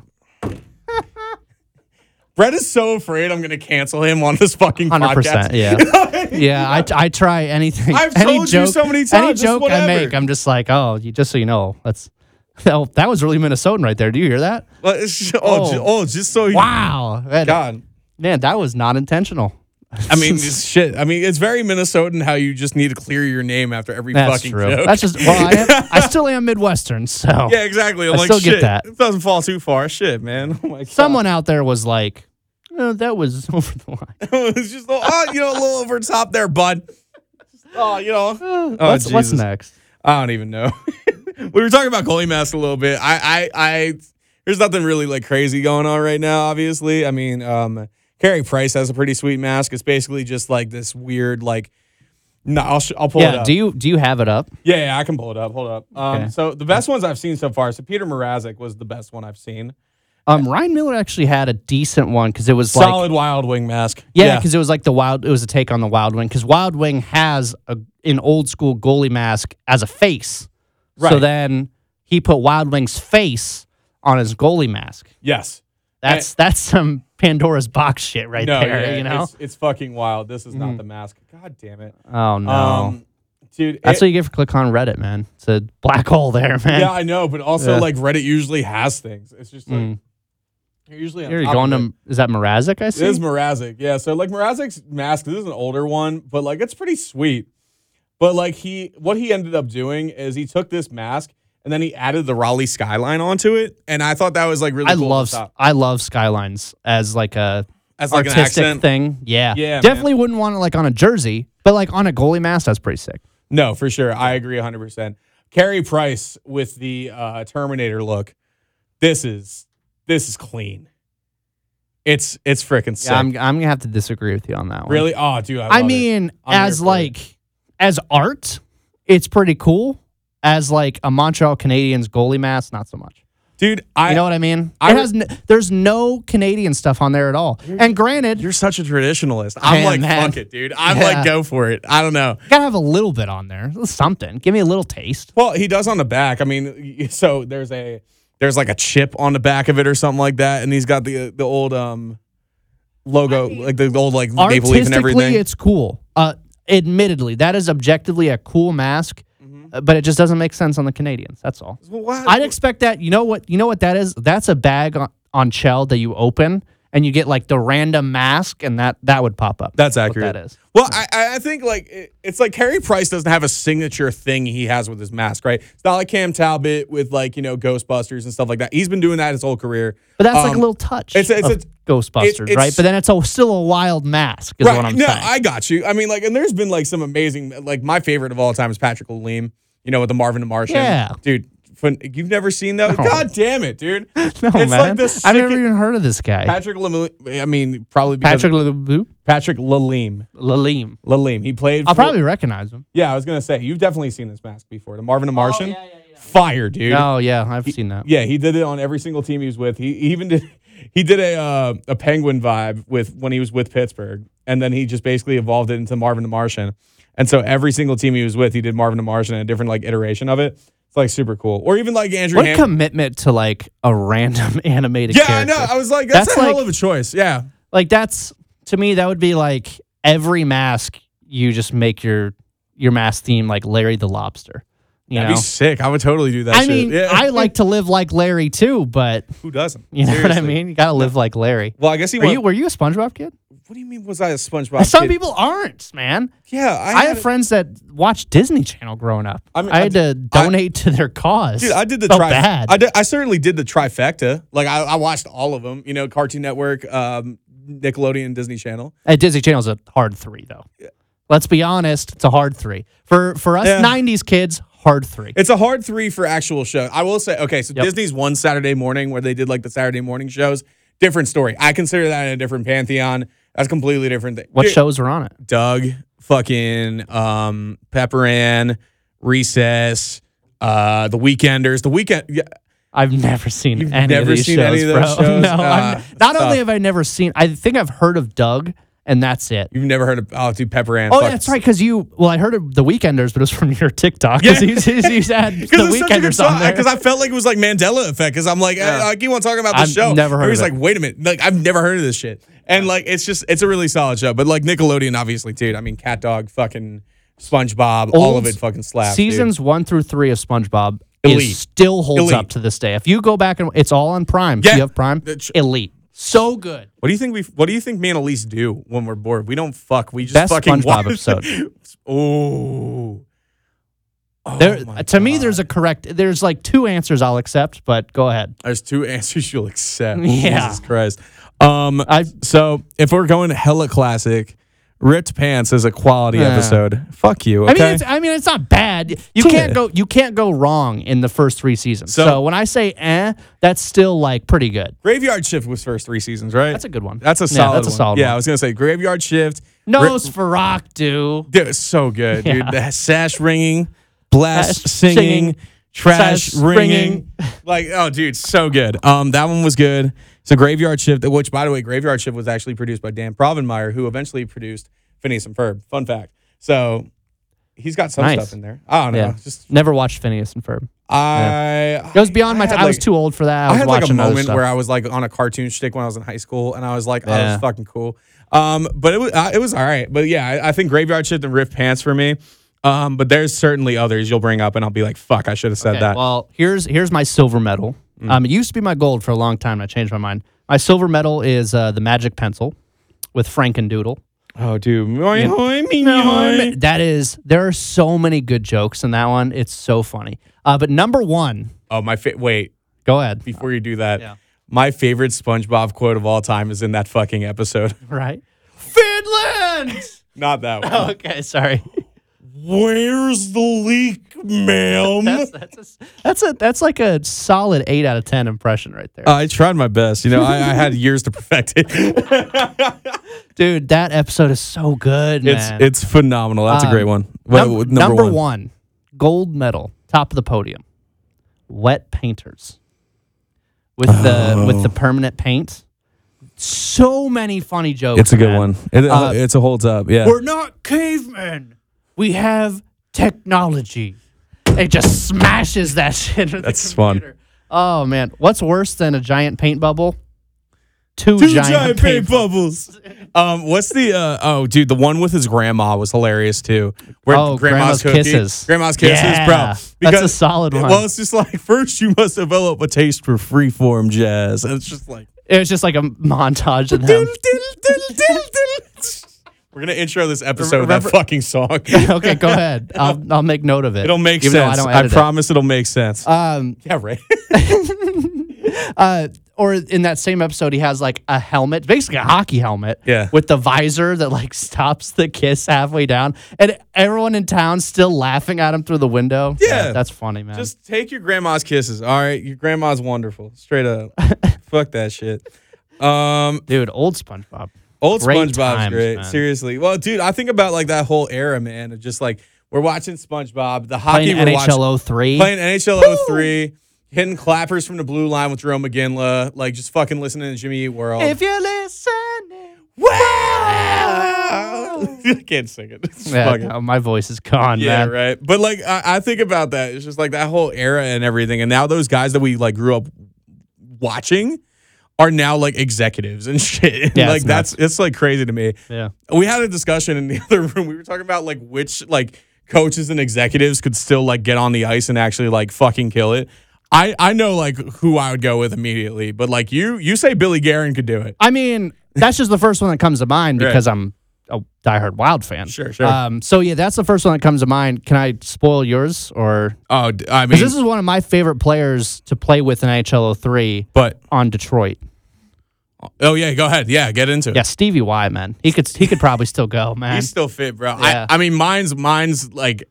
S3: brett is so afraid i'm gonna cancel him on this fucking
S4: Hundred
S3: podcast
S4: percent. Yeah, yeah. I, I try anything.
S3: I've
S4: any
S3: told you
S4: joke,
S3: so many
S4: Any
S3: times, it's
S4: joke I
S3: whatever.
S4: make, I'm just like, oh, you, just so you know, that's oh, that was really Minnesotan right there. Do you hear that?
S3: Well, it's- oh, ju- oh, just so you-
S4: Wow, That-
S3: god
S4: man, that was not intentional.
S3: I mean, it's shit. I mean, it's very Minnesotan how you just need to clear your name after every
S4: That's
S3: fucking
S4: true.
S3: joke.
S4: That's just well, I, am, I still am Midwestern, so
S3: Yeah, exactly. I'm
S4: I
S3: like,
S4: still
S3: shit,
S4: get that.
S3: It doesn't fall too far. Shit, man. Oh my
S4: Someone out there was like, oh, that was over the line.
S3: God. it's just, a little- oh, you know, a little over the top there, bud. Just, Oh, you know. Oh,
S4: what's, what's
S3: Jesus.
S4: next?
S3: I don't even know. we were talking about goalie mask a little bit. I, I, I, there's nothing really like crazy going on right now, obviously. I mean, um, Carey Price has a pretty sweet mask. It's basically just like this weird, like, no, I'll, sh- I'll pull it
S4: yeah,
S3: up.
S4: do you do you have it up?
S3: Yeah, yeah, I can pull it up. Hold up. Um,
S4: Okay.
S3: So the best ones I've seen so far. So Peter Mrazek was the best one I've seen.
S4: Um, Ryan Miller actually had a decent one because it was like
S3: Solid Wild Wing mask.
S4: Yeah, because it was like the wild. It was a take on the Wild Wing because Wild Wing has a, an old school goalie mask as a face. So
S3: Right.
S4: then he put Wild Wing's face on his goalie mask.
S3: yes.
S4: That's that's some Pandora's box shit right
S3: Eh. no,
S4: there.
S3: yeah,
S4: you know? Mm-hmm.
S3: it's, it's fucking wild. This is not the mask. God damn it,
S4: Oh no.
S3: um, dude.
S4: that's
S3: it-
S4: what you get for click on Reddit, man. It's a black hole there, man.
S3: yeah, I know, but also
S4: Yeah.
S3: like Reddit usually has things. It's just like you're usually on
S4: Here you're
S3: top
S4: going
S3: of it.
S4: to is that Mrazek? I see.
S3: This is Mrazek. Yeah. So like Mrazek's mask, this is an older one, but like it's pretty sweet. But like he what he ended up doing is he took this mask and then he added the Raleigh skyline onto it. And I thought that was like really
S4: I
S3: cool at
S4: love
S3: the top.
S4: I love skylines as like a
S3: as like an
S4: artistic
S3: accent.
S4: thing. Yeah,
S3: Yeah, man.
S4: Definitely wouldn't want it like on a jersey, but like on a goalie mask, that's pretty sick.
S3: No, for sure. I agree hundred percent. Carrie Price with the uh, Terminator look. This is this is clean. It's it's freaking sick.
S4: Yeah, I'm, I'm gonna have to disagree with you on that one.
S3: really? Oh, dude. I, love
S4: I
S3: it.
S4: mean,
S3: I'm here
S4: as
S3: for it.
S4: like as art, it's pretty cool. As like a Montreal Canadiens goalie mask, not so much.
S3: dude,
S4: You
S3: I
S4: know what I mean?
S3: I
S4: it
S3: re-
S4: has n- there's no Canadian stuff on there at all. And granted, you
S3: You're such a traditionalist. I'm
S4: Man,
S3: like,
S4: man.
S3: fuck it, dude. I'm
S4: Yeah.
S3: like, go for it. I don't know.
S4: gotta have a little bit on there, something. Give me a little taste.
S3: Well, he does on the back. I mean, y- so there's a there's like a chip on the back of it or something like that, and he's got the the old um logo, like the old like Maple Leaf and everything.
S4: Artistically, it's cool. Uh, admittedly, that is objectively a cool mask,
S3: Mm-hmm.
S4: uh, but it just doesn't make sense on the Canadians. That's all.
S3: Well, why-
S4: I'd expect that. You know what? You know what that is? That's a bag on, on shell that you open and you get like the random mask, and that that would pop up.
S3: That's
S4: what
S3: accurate.
S4: that is.
S3: Well, I, I I think like it, it's like Harry Price doesn't have a signature thing he has with his mask, right? It's not like Cam Talbot with like you know Ghostbusters and stuff like that. He's been doing that his whole career.
S4: But that's like a
S3: Um,
S4: little touch.
S3: it's a- it's
S4: of
S3: a-
S4: Ghostbusters,
S3: it's-
S4: right? But then it's a, still a wild mask, is what I'm
S3: no,
S4: saying.
S3: I got you. I mean, like, and there's been like some amazing, like my favorite of all time is Patrick Leem. You know, with the Marvin the Martian.
S4: Yeah.
S3: dude, fun, you've never seen that?
S4: No.
S3: God damn it, dude! no, it's
S4: no, man.
S3: like the
S4: I've never
S3: sickest-
S4: even heard of this guy.
S3: Patrick Leem. I mean, probably because
S4: Patrick Laboop?
S3: Patrick Leem.
S4: Lalim.
S3: Leem. He played.
S4: I'll
S3: for-
S4: probably recognize him.
S3: Yeah, I was gonna say you've definitely seen this mask before. The Marvin the Martian. Fire, dude.
S4: Oh yeah, I've seen that.
S3: Yeah, he did it on every single team he was with. He, he even did he did a uh, a penguin vibe with when he was with Pittsburgh, and then he just basically evolved it into Marvin the Martian. And so every single team he was with, he did Marvin the Martian and a different like iteration of it. It's like super cool. Or even like Andrew.
S4: What
S3: Ham-
S4: commitment to like a random animated
S3: yeah,
S4: character.
S3: I know. I was like, that's, a
S4: like,
S3: hell of a choice. Yeah.
S4: like that's to me that would be like every mask you just make your your mask theme like Larry the Lobster. You
S3: That'd
S4: know?
S3: be sick. I would totally do that.
S4: I
S3: shit.
S4: mean,
S3: Yeah.
S4: I like to live like Larry too, but
S3: Who doesn't?
S4: you know what I
S3: Seriously.
S4: mean. You gotta live like Larry.
S3: Well, I guess he
S4: Are
S3: went-
S4: you, were you a SpongeBob kid?
S3: What do you mean? Was I a SpongeBob?
S4: Some
S3: kid?
S4: people aren't, man.
S3: Yeah,
S4: I,
S3: I, had
S4: have
S3: a-
S4: friends that watch Disney Channel growing up. I,
S3: I mean, I
S4: had to donate to their cause.
S3: Dude, I did the
S4: Felt
S3: tri-
S4: bad.
S3: I, did- I certainly did the trifecta. Like I, I watched all of them. You know, Cartoon Network, um, Nickelodeon, Disney Channel.
S4: Uh, Disney Channel's a hard three, though. Let's be honest, it's a hard three for for us
S3: Yeah.
S4: '90s kids. Hard three.
S3: It's a hard three for actual show. I will say, okay, so Disney's one Saturday morning where they did like the Saturday morning shows. Different story. I consider that in a different pantheon. That's a completely different thing.
S4: What
S3: Dude,
S4: shows were on it?
S3: Doug, fucking um, Pepper Ann, Recess, uh, The Weekenders. The Weekend. Yeah,
S4: I've never seen
S3: You've
S4: any
S3: never
S4: of these
S3: seen
S4: shows,
S3: any of those
S4: bro.
S3: shows?
S4: No, I'm-
S3: Ah,
S4: not
S3: tough.
S4: only have I never seen, I think I've heard of Doug, and that's it.
S3: you've never heard of oh, dude, Pepper Ann.
S4: Oh,
S3: fuck.
S4: that's right, because you. Well, I heard of the Weekenders, but it was from your TikTok. Because you, you had
S3: Because
S4: the
S3: it's such a good
S4: Weekenders on
S3: song.
S4: there.
S3: Because I felt like it was like Mandela effect. Because I'm like, I, I keep on talking about the
S4: I've
S3: show.
S4: never heard
S3: Everybody's
S4: of
S3: like,
S4: it.
S3: wait a minute, like I've never heard of this shit. And like, it's just, it's a really solid show. But like Nickelodeon, obviously, dude. I mean, Cat Dog, fucking SpongeBob, all
S4: Old
S3: of it, fucking slaps. dude.
S4: Seasons one through three of SpongeBob
S3: Elite.
S4: is still holds
S3: Elite.
S4: up to this day. If you go back and it's all on Prime.
S3: Yeah.
S4: You have Prime.
S3: That's-
S4: Elite. So good.
S3: What do you think we? What do you think me and Elise do when we're bored? We don't fuck. We just
S4: Best
S3: fucking
S4: SpongeBob
S3: watch.
S4: episode.
S3: oh.
S4: there,
S3: my
S4: to me, there's a correct. There's like two answers I'll accept, but go ahead.
S3: There's two answers you'll accept.
S4: Yeah.
S3: Jesus Christ. Um,
S4: I-
S3: so if we're going hella classic, ripped pants is a quality
S4: Yeah.
S3: episode. Fuck you.
S4: I
S3: Okay.
S4: mean, it's, I mean, it's not bad. You
S3: Yeah.
S4: can't go. You can't go wrong in the first three seasons.
S3: So-
S4: So, when I say eh, that's still like pretty good.
S3: Graveyard Shift was first three seasons, right?
S4: That's a good one.
S3: That's a
S4: Yeah,
S3: solid.
S4: that's a
S3: one.
S4: solid
S3: Yeah,
S4: one.
S3: I was gonna say Graveyard Shift.
S4: No,
S3: Rip-
S4: Sferak, do.
S3: dude, it's so good, dude.
S4: Yeah.
S3: The sash ringing, blast
S4: Sash
S3: singing,
S4: singing,
S3: trash
S4: sash
S3: ringing. like, oh, dude, so good. Um, that one was good. So Graveyard Shift, which by the way, Graveyard Shift was actually produced by Dan Provenmeyer, who eventually produced Phineas and Ferb. Fun fact. So. He's got some
S4: Nice.
S3: stuff in there. I don't know.
S4: Yeah.
S3: Just
S4: Never watched Phineas and Ferb.
S3: I.
S4: It was beyond my
S3: had,
S4: time. I was
S3: like-
S4: too old for that. I
S3: I
S4: was
S3: had like a
S4: watching
S3: moment where I
S4: was.
S3: was like on a cartoon shtick when I was in high school, and I was like, "Oh,
S4: Yeah.
S3: that's fucking cool." Um, but it was uh, it was all right. But yeah, I, I think Graveyard Shift and Rift Pants for me. Um, but there's certainly others you'll bring up, and I'll be like, "Fuck, I should have said
S4: Okay,
S3: that." Mm.
S4: Well, here's here's my silver medal. Um, it used to be my gold for a long time. And I changed my mind. My silver medal is uh, the magic pencil with Frankendoodle.
S3: oh, dude,
S4: That is, there are so many good jokes in that one. It's so funny. Uh, but number one,
S3: oh my fa- wait.
S4: go ahead.
S3: Before you do that, my favorite SpongeBob quote of all time is in that fucking episode.
S4: Right? Finland!
S3: Not that one.
S4: okay, sorry.
S3: Where's the leak, ma'am?
S4: That's, that's, a, that's, a, that's like a solid 8 out of 10 impression right there.
S3: I tried my best. You know, I, I had years to perfect it.
S4: Dude, that episode is so good,
S3: It's
S4: man.
S3: it's phenomenal. That's a
S4: Um,
S3: great one. What-
S4: Num-
S3: what-
S4: number one. gold medal, top of the podium. Wet painters with the with the permanent paint. So many funny jokes.
S3: It's a good
S4: man.
S3: one. It, oh,
S4: Uh,
S3: it's a holds up. Yeah.
S4: We're not cavemen. We have technology. It just smashes that shit. into the
S3: That's fun.
S4: computer. Oh man, what's worse than a giant paint bubble? Two, giant, paint, bubbles.
S3: bubbles. um, what's the uh, oh, dude, the one with his grandma was hilarious too. Where
S4: Oh, Grandma's Kisses.
S3: grandma's kisses,
S4: Yeah,
S3: bro.
S4: that's a solid one.
S3: Well, it's just like first you must develop a taste for freeform jazz, and it's just like
S4: It was just like a montage of
S3: diddle,
S4: them.
S3: diddle, diddle, diddle, diddle. we're gonna intro this episode
S4: Remember-
S3: with that fucking song.
S4: okay, go ahead. I'll, I'll make note of it.
S3: it'll make
S4: even though
S3: sense.
S4: I, don't
S3: I,
S4: edit it.
S3: promise it'll make sense.
S4: Um,
S3: yeah, right.
S4: uh, or in that same episode, he has like a helmet, basically a hockey helmet,
S3: Yeah.
S4: with the visor that like stops the kiss halfway down, and everyone in town still laughing at him through the window.
S3: Yeah.
S4: that's funny, man.
S3: Just take your grandma's kisses. All right, your grandma's wonderful. Straight up, fuck that shit. Um,
S4: Dude, old SpongeBob.
S3: old
S4: Great
S3: SpongeBob's
S4: times,
S3: great.
S4: man.
S3: Seriously, well, dude, I think about like that whole era, man. Of just like we're watching SpongeBob, the hockey
S4: Playing
S3: we're watching,
S4: NHL 03.
S3: playing NHL 03. hitting clappers from the blue line with Jerome McGinley, like just fucking listening to Jimmy Eat World.
S4: If you listening,
S3: I can't sing it. It's
S4: yeah,
S3: fucking-
S4: no, my voice is gone,
S3: yeah,
S4: man.
S3: right. But like, I, I think about that. It's just like that whole era and everything. And now those guys that we like grew up watching are now like executives and shit.
S4: Yeah,
S3: like
S4: it's
S3: that's
S4: nuts.
S3: it's like crazy to me.
S4: Yeah.
S3: We had a discussion in the other room. We were talking about like which like coaches and executives could still like get on the ice and actually like fucking kill it. I I know like who I would go with immediately, but like you you say Billy Garen could do it.
S4: I mean, that's just the first one that comes to mind
S3: Right.
S4: because I'm a diehard Wild fan.
S3: Sure, sure.
S4: Um, so yeah, that's the first one that comes to mind. Can I spoil yours or?
S3: Oh, d- I mean,
S4: Because this is one of my favorite players to play with in NHL 03
S3: but
S4: on Detroit.
S3: oh yeah, go ahead. Yeah, get into it.
S4: Yeah, Stevie Y, man. He could he could probably still go, man.
S3: He's still fit, bro.
S4: Yeah.
S3: I, I mean, mine's mine's like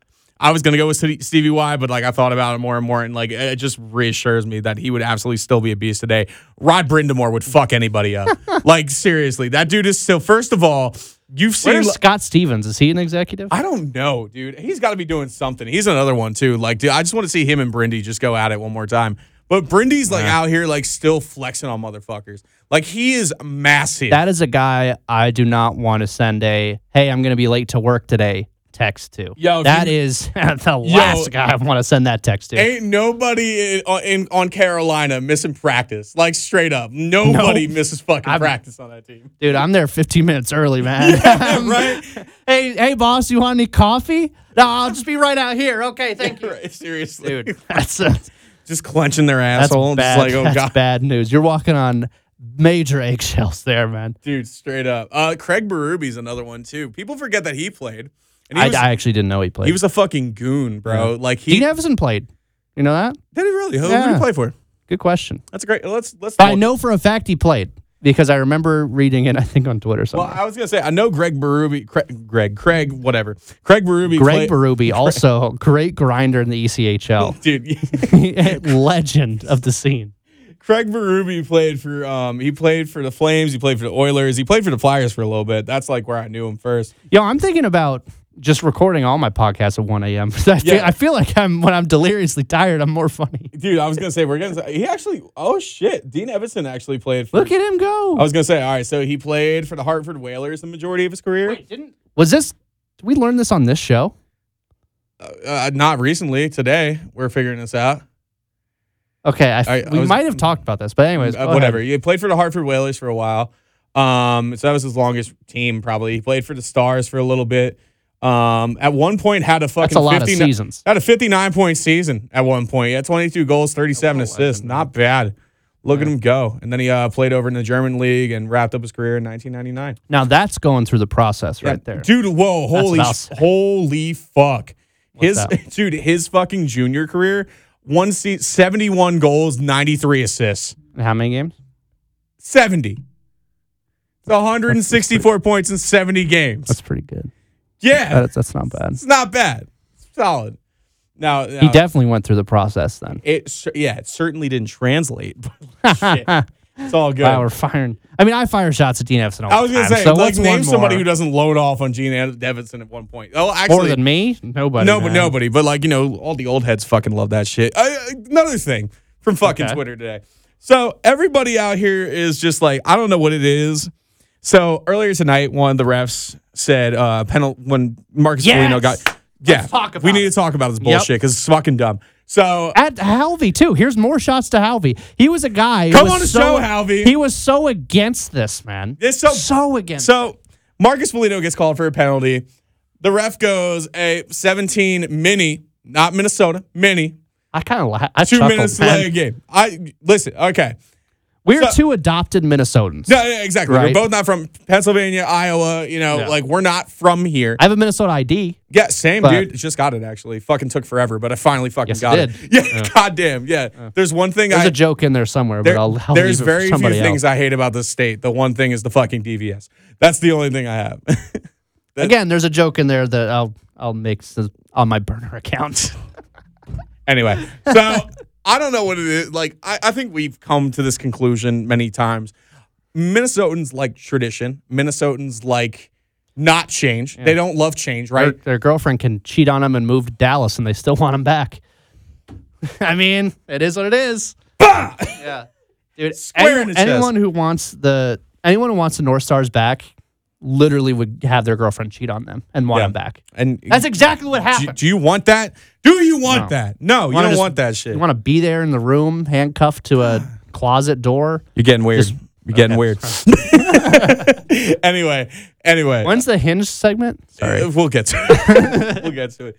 S3: I was gonna go with Stevie- Stevie Y, but like I thought about it more and more, and like it just reassures me that he would absolutely still be a beast today. Rod Brindamore would fuck anybody up. like seriously, that dude is still. First of all, you've seen.
S4: Where's Scott Stevens? Is he an executive?
S3: I don't know, dude. He's got to be doing something. He's another one too. Like, dude, I just want to see him and Brindy just go at it one more time. But Brindy's like out here, like still flexing on motherfuckers. Like he is massive.
S4: that is a guy I do not want to send a hey, I'm gonna be late to work today text to.
S3: Yo, if
S4: that
S3: you-
S4: is the last guy I want to send that text to.
S3: Ain't nobody in, on- in on Carolina missing practice. Like straight up, nobody misses fucking practice on that team.
S4: Dude, I'm there 15 minutes early, man.
S3: right?
S4: hey, hey, boss, you want any coffee? No, I'll just be right out here. Okay, thank you.
S3: right? Seriously,
S4: Dude,
S3: uh,
S4: that's a,
S3: just clenching their
S4: that's
S3: asshole.
S4: bad.
S3: Just like, oh
S4: that's
S3: god,
S4: bad news. You're walking on major eggshells there, man.
S3: dude, straight up. Uh, Craig Berube another one too. People forget that he played, and he
S4: I,
S3: was
S4: I actually didn't know he played.
S3: he was a fucking goon, bro. Like he
S4: Dean Evison played. You know that?
S3: did he really? Who who did he
S4: Yeah.
S3: play for?
S4: Good question.
S3: That's great. Let's let's.
S4: But I know for a fact he played because I remember reading it, I think, on Twitter
S3: Well,
S4: somewhere.
S3: I was gonna say I know Greg Berube, Craig, Greg, Craig, whatever. Craig Berube,
S4: Greg
S3: played-
S4: Berube, also great grinder in the E ECHL.
S3: dude.
S4: Legend of the scene.
S3: Craig Berube played for um he played for the Flames, he played for the Oilers, he played for the Flyers for a little bit. That's like where I knew him first.
S4: Yo, I'm thinking about just recording all my podcasts at 1 a.m. 'cause I, feel,
S3: Yeah.
S4: I feel like I'm when I'm deliriously tired, I'm more funny.
S3: Dude, I was gonna say we're gonna he actually oh shit. Dean Evison actually played for
S4: Look at him go.
S3: I was gonna say, all right, so he played for the Hartford Whalers the majority of his career.
S4: didn't was this? Did we learn this on this show?
S3: Uh, not recently. Today we're figuring this out.
S4: Okay, I,
S3: I- I
S4: we
S3: was-
S4: might have talked about this, but anyways,
S3: Uh,
S4: go
S3: whatever.
S4: ahead.
S3: He played for the Hartford Whalers for a while. Um, so that was his longest team probably. He played for the Stars for a little bit. Um, at one point had a fucking
S4: That's a lot of
S3: 59
S4: seasons.
S3: Had a 59 point season at one point. He had 22 goals, 37 assists. Not bad. Look at him go. And then he uh, played over in the German league and wrapped up his career in 1999.
S4: Now that's going through the process right there.
S3: Dude, whoa, holy
S4: what I'll say.
S3: holy fuck. his
S4: that?
S3: dude, his fucking junior career, one se- 71 goals, 93 assists.
S4: How many games?
S3: 70. It's 164 points in 70
S4: That's
S3: games.
S4: pretty good.
S3: Yeah,
S4: That's, that's not bad.
S3: Uh, it's not bad. It's solid. Now,
S4: He
S3: now
S4: definitely went through the process then.
S3: it cer- yeah, it certainly didn't translate. But shit, it's all good.
S4: Wow, we're firing. I mean, I fire shots at Dean Evson. all
S3: I was
S4: the
S3: gonna
S4: time,
S3: say,
S4: so
S3: like,
S4: what's
S3: name
S4: one
S3: somebody
S4: more?
S3: who doesn't load off on Gene Ad- Davidson at one point. Oh, actually,
S4: more than me. Nobody.
S3: no, but
S4: man.
S3: nobody. But like you know, all the old heads fucking love that shit. I, I- another thing from fucking
S4: Okay.
S3: Twitter today. So everybody out here is just like, I don't know what it is. So earlier tonight, one of the refs said uh penal when Marcus
S4: Yes!
S3: Foligno got. Yeah,
S4: talk about
S3: we need
S4: it.
S3: to talk about this bullshit because it's fucking dumb. So
S4: at Halvey too. Here's more shots to Halvey. He was a guy. who
S3: Come
S4: was
S3: on the
S4: so,
S3: show, Halvey.
S4: He was so against this man.
S3: It's so-
S4: against.
S3: So Marcus Foligno gets called for a penalty. The ref goes a 17 mini, not Minnesota mini.
S4: I kind of laugh. I
S3: Two
S4: chuckled,
S3: minutes to
S4: man.
S3: play a game. I listen. Okay.
S4: We're
S3: So-
S4: two adopted Minnesotans.
S3: Yeah, yeah, exactly.
S4: Right.
S3: We're both not from Pennsylvania, Iowa. You know,
S4: Yeah.
S3: like we're not from here.
S4: I have a Minnesota ID.
S3: yeah, same
S4: but-
S3: dude. Just got it actually. Fucking took forever, but I finally fucking
S4: Yes, it
S3: got it.
S4: did.
S3: Yeah, goddamn. Yeah. There's one thing
S4: There's
S3: I
S4: a joke in there somewhere,
S3: there-
S4: but I'll, I'll
S3: there's
S4: leave it for
S3: very few
S4: somebody
S3: things I hate about this state. The one thing is the fucking DVS. That's the only thing I have.
S4: else. Again, there's a joke in there that I'll I'll make s- on my burner account.
S3: Anyway, so I don't know what it is. Like, I, I think we've come to this conclusion many times. Minnesotans like tradition. Minnesotans like not change. They don't love change,
S4: Their,
S3: right?
S4: their girlfriend can cheat on him and move to Dallas, and they still want him back. I mean, it is what it is. yeah, dude.
S3: Square in the chest.
S4: anyone who wants the anyone who wants the North Stars back, literally would have their girlfriend cheat on them and want them back.
S3: And
S4: That's exactly what
S3: do,
S4: happened.
S3: do you want that? Do you want
S4: No.
S3: that? No, you
S4: Wanna
S3: don't
S4: just-
S3: want that shit.
S4: You want to be there in the room, handcuffed to a closet door.
S3: You're getting weird. You're getting weird. anyway, anyway,
S4: When's the hinge segment?
S3: Sorry. Uh, we'll get to it. we'll get to it.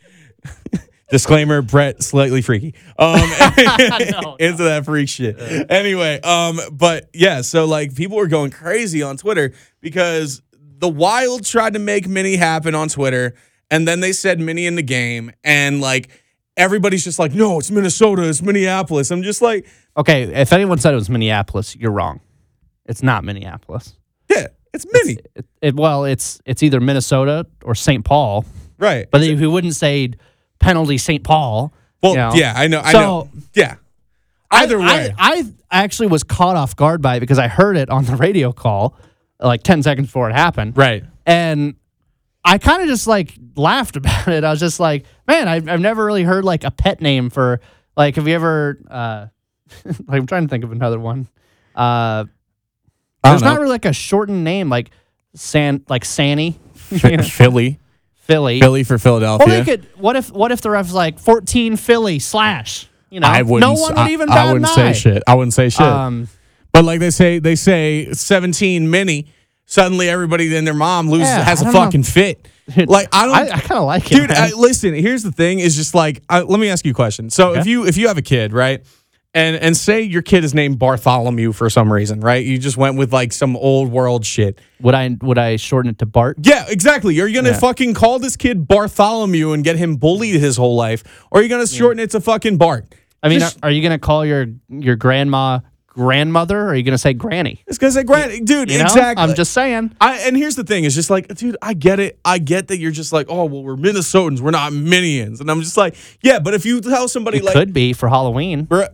S3: Disclaimer: Brett slightly freaky. Um, into that freak shit. Anyway, um, but yeah, so like people were going crazy on Twitter because the Wild tried to make Mini happen on Twitter, and then they said Mini in the game, and like everybody's just like, no, it's Minnesota, it's Minneapolis. I'm just like,
S4: Okay, if anyone said it was Minneapolis, you're wrong. It's not Minneapolis.
S3: yeah, it's Mini,
S4: It, it, well, it's it's either Minnesota or St. Paul,
S3: right?
S4: but if you wouldn't say penalty St. Paul.
S3: Well,
S4: you know.
S3: yeah, I know, I
S4: So-
S3: know, yeah. Either way,
S4: I, I actually was caught off guard by it because I heard it on the radio call like 10 seconds before it happened.
S3: Right.
S4: And I kind of just like laughed about it. I was just like, man, I've, I've never really heard like a pet name for like, have you ever, uh, like, I'm trying to think of another one. Uh, there's not really like a shortened name like San, like Sanny, you know,
S3: Philly,
S4: Philly.
S3: Philly for
S4: Well,
S3: Philadelphia.
S4: they could. What if? What if the ref's like 14 Philly slash? You know,
S3: I wouldn't.
S4: No one would
S3: I-
S4: even.
S3: I,
S4: bat
S3: wouldn't
S4: an
S3: say
S4: eye.
S3: shit. I wouldn't say shit.
S4: Um,
S3: but like they say, they say seventeen mini. Suddenly, everybody and their mom loses
S4: Yeah,
S3: has
S4: I
S3: a
S4: don't know.
S3: fucking fit. Like I don't.
S4: I, I kind of like it,
S3: dude.
S4: man.
S3: I, listen, here's the thing: is just like I, let me ask you a question. So if you if you have a kid, right, and and say your kid is named Bartholomew for some reason, right? You just went with like some old world shit.
S4: would I? Would I shorten it to Bart?
S3: Yeah, exactly. You're gonna fucking call this kid Bartholomew and get him bullied his whole life, or you're gonna shorten it to fucking Bart.
S4: I mean,
S3: Just-
S4: are, are you gonna call your your grandma grandmother? Or are you gonna say granny?
S3: It's gonna say, "Grant, dude,
S4: You know?
S3: exactly."
S4: I'm just saying.
S3: I, and here's the thing: it's just like, dude, I get it. I get that you're just like, oh, well, we're Minnesotans, we're not Minions, and I'm just like, yeah. But if you tell somebody
S4: It
S3: like,
S4: could be for Halloween.
S3: "Bruh,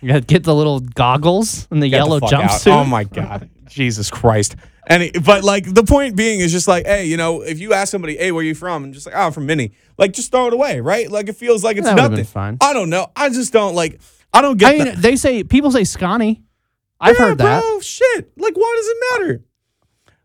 S4: You gotta get the little goggles and the
S3: get the
S4: yellow
S3: fuck out."
S4: jumpsuit.
S3: oh my god, Jesus Christ. And it- but like the point being is just like, hey, you know, if you ask somebody, hey, where you from, and just like, oh, I'm from Mini, like just throw it away, right? Like it feels like it's
S4: That would've
S3: nothing.
S4: been fine.
S3: I don't know. I just don't like. I don't get.
S4: I mean,
S3: that.
S4: they say people say Scotty. I've
S3: Yeah,
S4: heard that.
S3: Bro, shit. Like, why does it matter?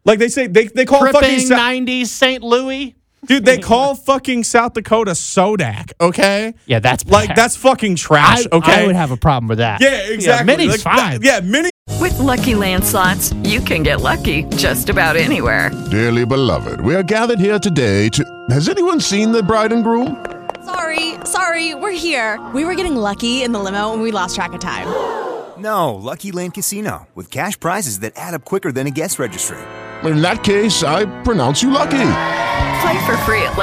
S3: Like they say, they they call fucking.
S4: Tripping
S3: Sa-
S4: '90s St. Louis.
S3: Dude, they call fucking South Dakota Sodak, okay?
S4: Yeah, that's
S3: Like,
S4: bad.
S3: that's fucking trash,
S4: I,
S3: okay?
S4: I would have a problem with that.
S3: yeah, exactly.
S4: Minnie's
S3: Like, that-
S4: fine.
S3: yeah, Minnie.
S6: With Lucky Land slots, you can get lucky just about anywhere.
S10: Dearly beloved, we are gathered here today to. Has anyone seen the bride and groom?
S7: Sorry, sorry, we're here. We were getting lucky in the limo and we lost track of time.
S8: No, Lucky Land Casino with cash prizes that add up quicker than a guest registry.
S10: In that case, I pronounce you lucky.
S6: Play for free at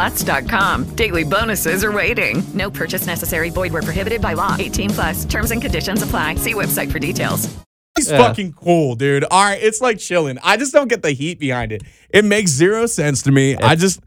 S6: LuckyLandSlots.com. Daily bonuses are waiting. No purchase necessary. Void were prohibited by law. 18 plus. Terms and conditions apply. See website for details.
S3: He's fucking cool, dude. All right, it's like chilling. I just don't get the heat behind it. It makes zero sense to me. I just.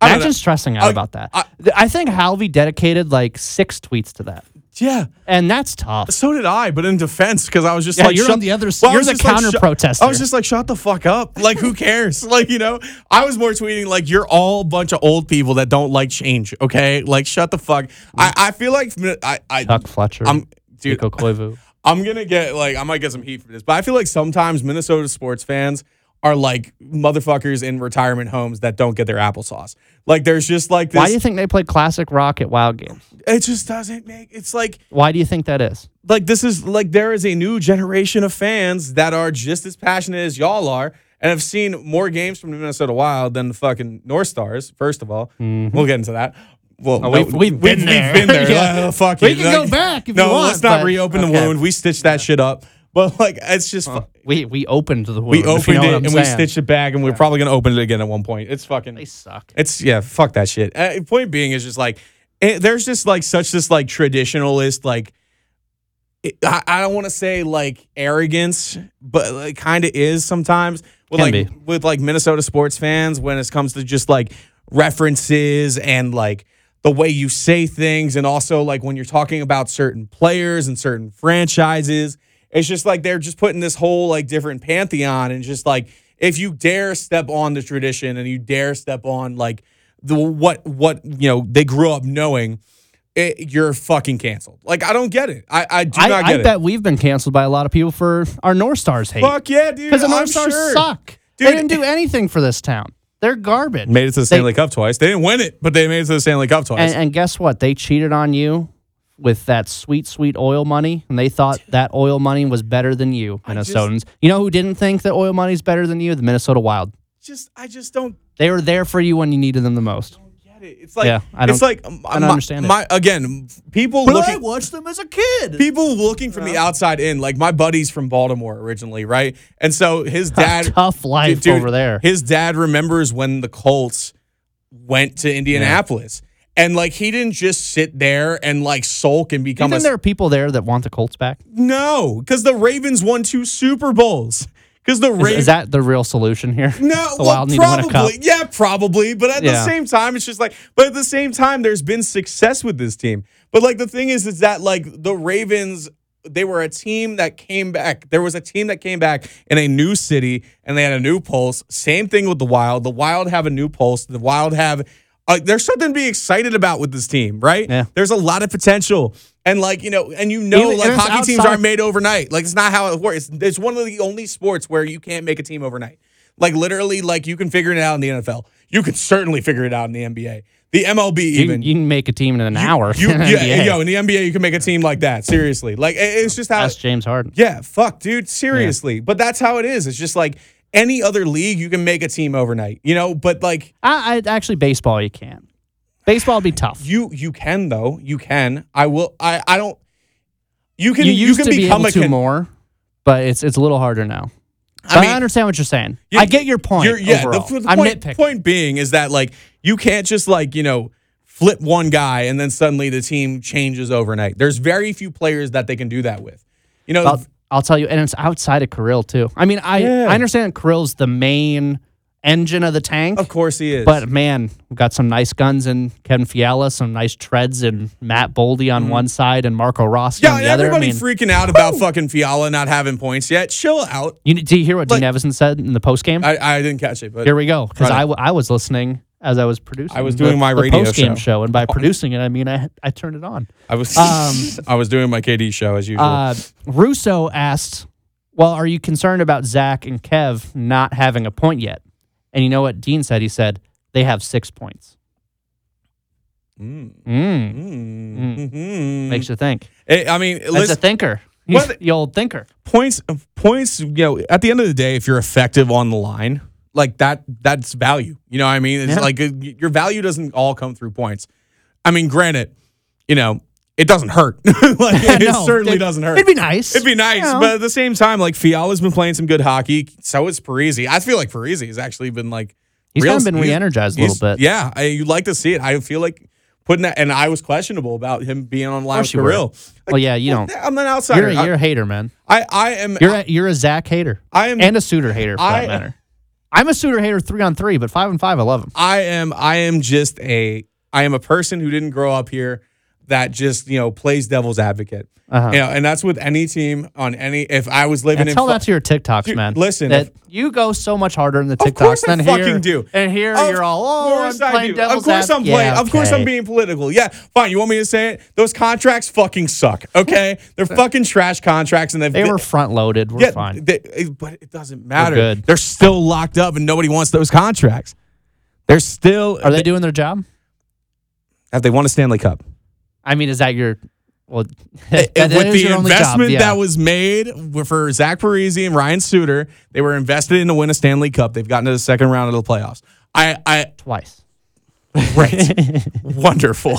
S3: I don't
S4: Imagine
S3: know.
S4: stressing out
S3: I-
S4: about that.
S3: I-
S4: I, I think Halvey dedicated like six tweets to that,
S3: Yeah.
S4: and that's tough.
S3: So did I, but in defense, because I was just
S4: Yeah,
S3: like,
S4: you're
S3: shut-
S4: on the other s-
S3: I
S4: you're
S3: was
S4: the
S3: just like, shut-
S4: counter-protester.
S3: I was just like, shut the fuck up. Like, who cares? like, you know, I was more tweeting like, you're all a bunch of old people that don't like change. Okay, like, shut the fuck.
S4: Mm.
S3: I, I feel like I, I
S4: Chuck Fletcher,
S3: I'm- dude,
S4: Nico Koivu.
S3: I'm gonna get like I might get some heat for this, but I feel like sometimes Minnesota sports fans are like motherfuckers in retirement homes that don't get their applesauce. Like, there's just like this.
S4: Why do you think they play classic rock at Wild games?
S3: it just doesn't make. It's like.
S4: Why do you think that is?
S3: like this is like there is a new generation of fans that are just as passionate as y'all are and have seen more games from the Minnesota Wild than the fucking North Stars. First of all, we'll get into that. Well,
S4: Mm-hmm. Oh, we've- we've been there.
S3: We've been there.
S4: Yeah.
S3: Well, fuck
S4: We
S3: it.
S4: can go back if
S3: no,
S4: you want,
S3: let's not
S4: but-
S3: reopen the
S4: okay.
S3: wound. We stitched that shit up. But like, it's just fu-
S4: We we opened the
S3: we
S4: wound,
S3: opened
S4: if you know
S3: it
S4: what I'm
S3: and we
S4: saying.
S3: stitched it back, and we're probably gonna open it again at one point. It's fucking.
S4: They suck.
S3: It's yeah, fuck that shit. Uh, point being is just like it, there's just like such this like traditionalist like it, I, I don't want to say like arrogance, but like, kind of is sometimes with like
S4: Can be.
S3: with like Minnesota sports fans when it comes to just like references and like the way you say things and also like when you're talking about certain players and certain franchises it's just like they're just putting this whole like different pantheon and just like if you dare step on the tradition and you dare step on like the what what you know they grew up knowing it, you're fucking canceled. Like I don't get it. I, I do
S4: I,
S3: not get
S4: I
S3: it.
S4: bet we've been canceled by a lot of people for our North Stars hate.
S3: Fuck yeah, dude.
S4: Because the North
S3: I'm
S4: Stars
S3: sure.
S4: suck.
S3: Dude,
S4: they didn't do anything for this town. They're garbage.
S3: Made it to the Stanley Cup twice. They didn't win it, but they made it to the Stanley Cup twice.
S4: And, and guess what? They cheated on you with that sweet, sweet oil money, and they thought that oil money was better than you, Minnesotans. you know who didn't think that oil money's better than you? The Minnesota Wild.
S3: just I just don't
S4: They were there for you when you needed them the most.
S3: It's like
S4: Yeah, I
S3: it's
S4: don't-
S3: like um,
S4: I don't
S3: my,
S4: understand it.
S3: my again people
S4: But I
S3: looking
S4: watched them as a kid.
S3: People looking from the outside in, like my buddy's from Baltimore originally, right? And so his dad
S4: tough life over there.
S3: His dad remembers when the Colts went to Indianapolis. And like he didn't just sit there and like sulk and
S4: Do you
S3: become a
S4: think there are people there that want the Colts back?
S3: No, because the Ravens won two Super Bowls. Because the
S4: Is,
S3: Ravens
S4: is that the real solution here?
S3: no,
S4: the
S3: well,
S4: Wild need
S3: probably.
S4: to win a cup.
S3: Yeah, probably. But at the
S4: Yeah.
S3: same time, it's just like, but at the same time, there's been success with this team. But like the thing is, is that like the Ravens, they were a team that came back. There was a team that came back in a new city and they had a new pulse. Same thing with the Wild. The Wild have a new pulse. The Wild have. Uh, there's something to be excited about with this team, right? Yeah. There's a lot of potential. And like, you know, and you know,
S4: Even-
S3: like
S4: and it's
S3: hockey teams
S4: outside-
S3: aren't made overnight. Like it's not how it works. It's, it's one of the only sports where you can't make a team overnight. Like literally, like you can figure it out in the NFL. You can certainly figure it out in the NBA. The MLB
S4: You,
S3: even.
S4: you can make a team in an hour.
S3: You-
S4: in the
S3: yeah,
S4: NBA.
S3: yo, in the NBA, you can make a team like that. Seriously, like it- it's just how.
S4: That's James Harden.
S3: Yeah, fuck, dude. Seriously, but that's how it is. It's just like any other league, you can make a team overnight. You know, but like
S4: I, I actually baseball you can. Baseball would be tough.
S3: you, you can though. You can. I will. I. I don't. You can.
S4: you
S3: You,
S4: used
S3: can
S4: to be
S3: become
S4: able
S3: a
S4: to
S3: con-
S4: more, but it's it's a little harder now.
S3: I
S4: But I,
S3: mean-
S4: understand what you're saying.
S3: You-
S4: I get your point.
S3: You're- yeah, the,
S4: overall.
S3: f- the
S4: I'm
S3: point,
S4: nitpicking.
S3: point being is that like you can't just like you know flip one guy and then suddenly the team changes overnight. There's very few players that they can do that with. You know,
S4: I'll, I'll tell you, and it's outside of Kirill too. I mean, I
S3: Yeah.
S4: I understand Kirill's the main engine of the tank.
S3: of course he is.
S4: But man, we've got some nice guns in Kevin Fiala, some nice treads in Matt Boldy on one side and Marco
S3: Mm-hmm.
S4: Rossi
S3: yeah,
S4: on
S3: and
S4: the other. I
S3: everybody
S4: mean,
S3: freaking out about fucking Fiala not having points yet. Chill out.
S4: you, do you hear what
S3: like-
S4: Dean Evison said in the post game?
S3: I, I didn't catch it, but
S4: Here we go. Because
S3: Right.
S4: I, w- I was listening as I was producing.
S3: I was
S4: the-
S3: doing my
S4: the
S3: radio
S4: post-game
S3: show. Oh.
S4: show, and by producing it, I mean I I turned it on.
S3: I was
S4: Um,
S3: I was doing my KD show as usual.
S4: Uh, Russo asked, "Well, are you concerned about Zach and Kev not having a point yet?" And you know what Dean said? He said they have six points.
S3: Mm.
S4: Mm.
S3: Mm.
S4: Makes you think.
S3: Eh, I mean,
S4: As a
S3: listen,
S4: thinker,
S3: Well, the-
S4: the old thinker.
S3: points points you know at the end of the day if you're effective on the line like that that's value you know what i mean it's
S4: Yeah.
S3: like uh, y- your value doesn't all come through points i mean granted you know it doesn't hurt like it
S4: No,
S3: certainly
S4: it-
S3: doesn't hurt
S4: it'd be nice.
S3: it'd be nice
S4: You know.
S3: but at the same time like fiala's been playing some good hockey so is parisi i feel like parisi has actually been like
S4: He's
S3: real-
S4: kinda been re-energized a little
S3: he's-
S4: bit.
S3: yeah I, you like to see it i feel like putting that and i was questionable about him being on live
S4: course you were.
S3: grill
S4: Well, yeah, you don't.
S3: i'm an outsider
S4: You're a,
S3: I-
S4: you're a hater, man.
S3: I, I am
S4: You're a, you're a Zach hater.
S3: I am-
S4: and a suitor hater for
S3: I-
S4: that matter. I'm a suitor hater three on three, but five on five, I love him.
S3: I am I am just a I am a person who didn't grow up here that just you know plays devil's advocate.
S4: Uh-huh.
S3: You know, and that's with any team on any. If I was living
S4: And
S3: in
S4: tell
S3: Fl-
S4: that to your TikToks,
S3: Dude,
S4: man.
S3: listen,
S4: that
S3: if-
S4: you go so much harder in the
S3: of course
S4: TikToks than
S3: I
S4: here.
S3: fucking do.
S4: And here
S3: Of
S4: you're all, oh, I'm
S3: course I
S4: playing
S3: do.
S4: devil's
S3: Of course I'm
S4: advocate."
S3: playing.
S4: Yeah,
S3: Of course I'm
S4: okay.
S3: being political. Yeah, fine. You want me to say it? Those contracts fucking suck. Okay, they're fucking trash contracts, and they've
S4: They were front loaded. We're fine.
S3: they- it- but it doesn't matter.
S4: good.
S3: They're still locked up, and nobody wants those contracts. They're still.
S4: Are they doing their job?
S3: Have they won a Stanley Cup?
S4: I mean, is that your well?
S3: And
S4: that- that
S3: Eh, with
S4: is
S3: the
S4: your only job,
S3: investment
S4: yeah.
S3: that was made for Zach Parisi and Ryan Suter, they were invested in to win a Stanley Cup. They've gotten to the second round of the playoffs. I, I,
S4: twice.
S3: right, wonderful.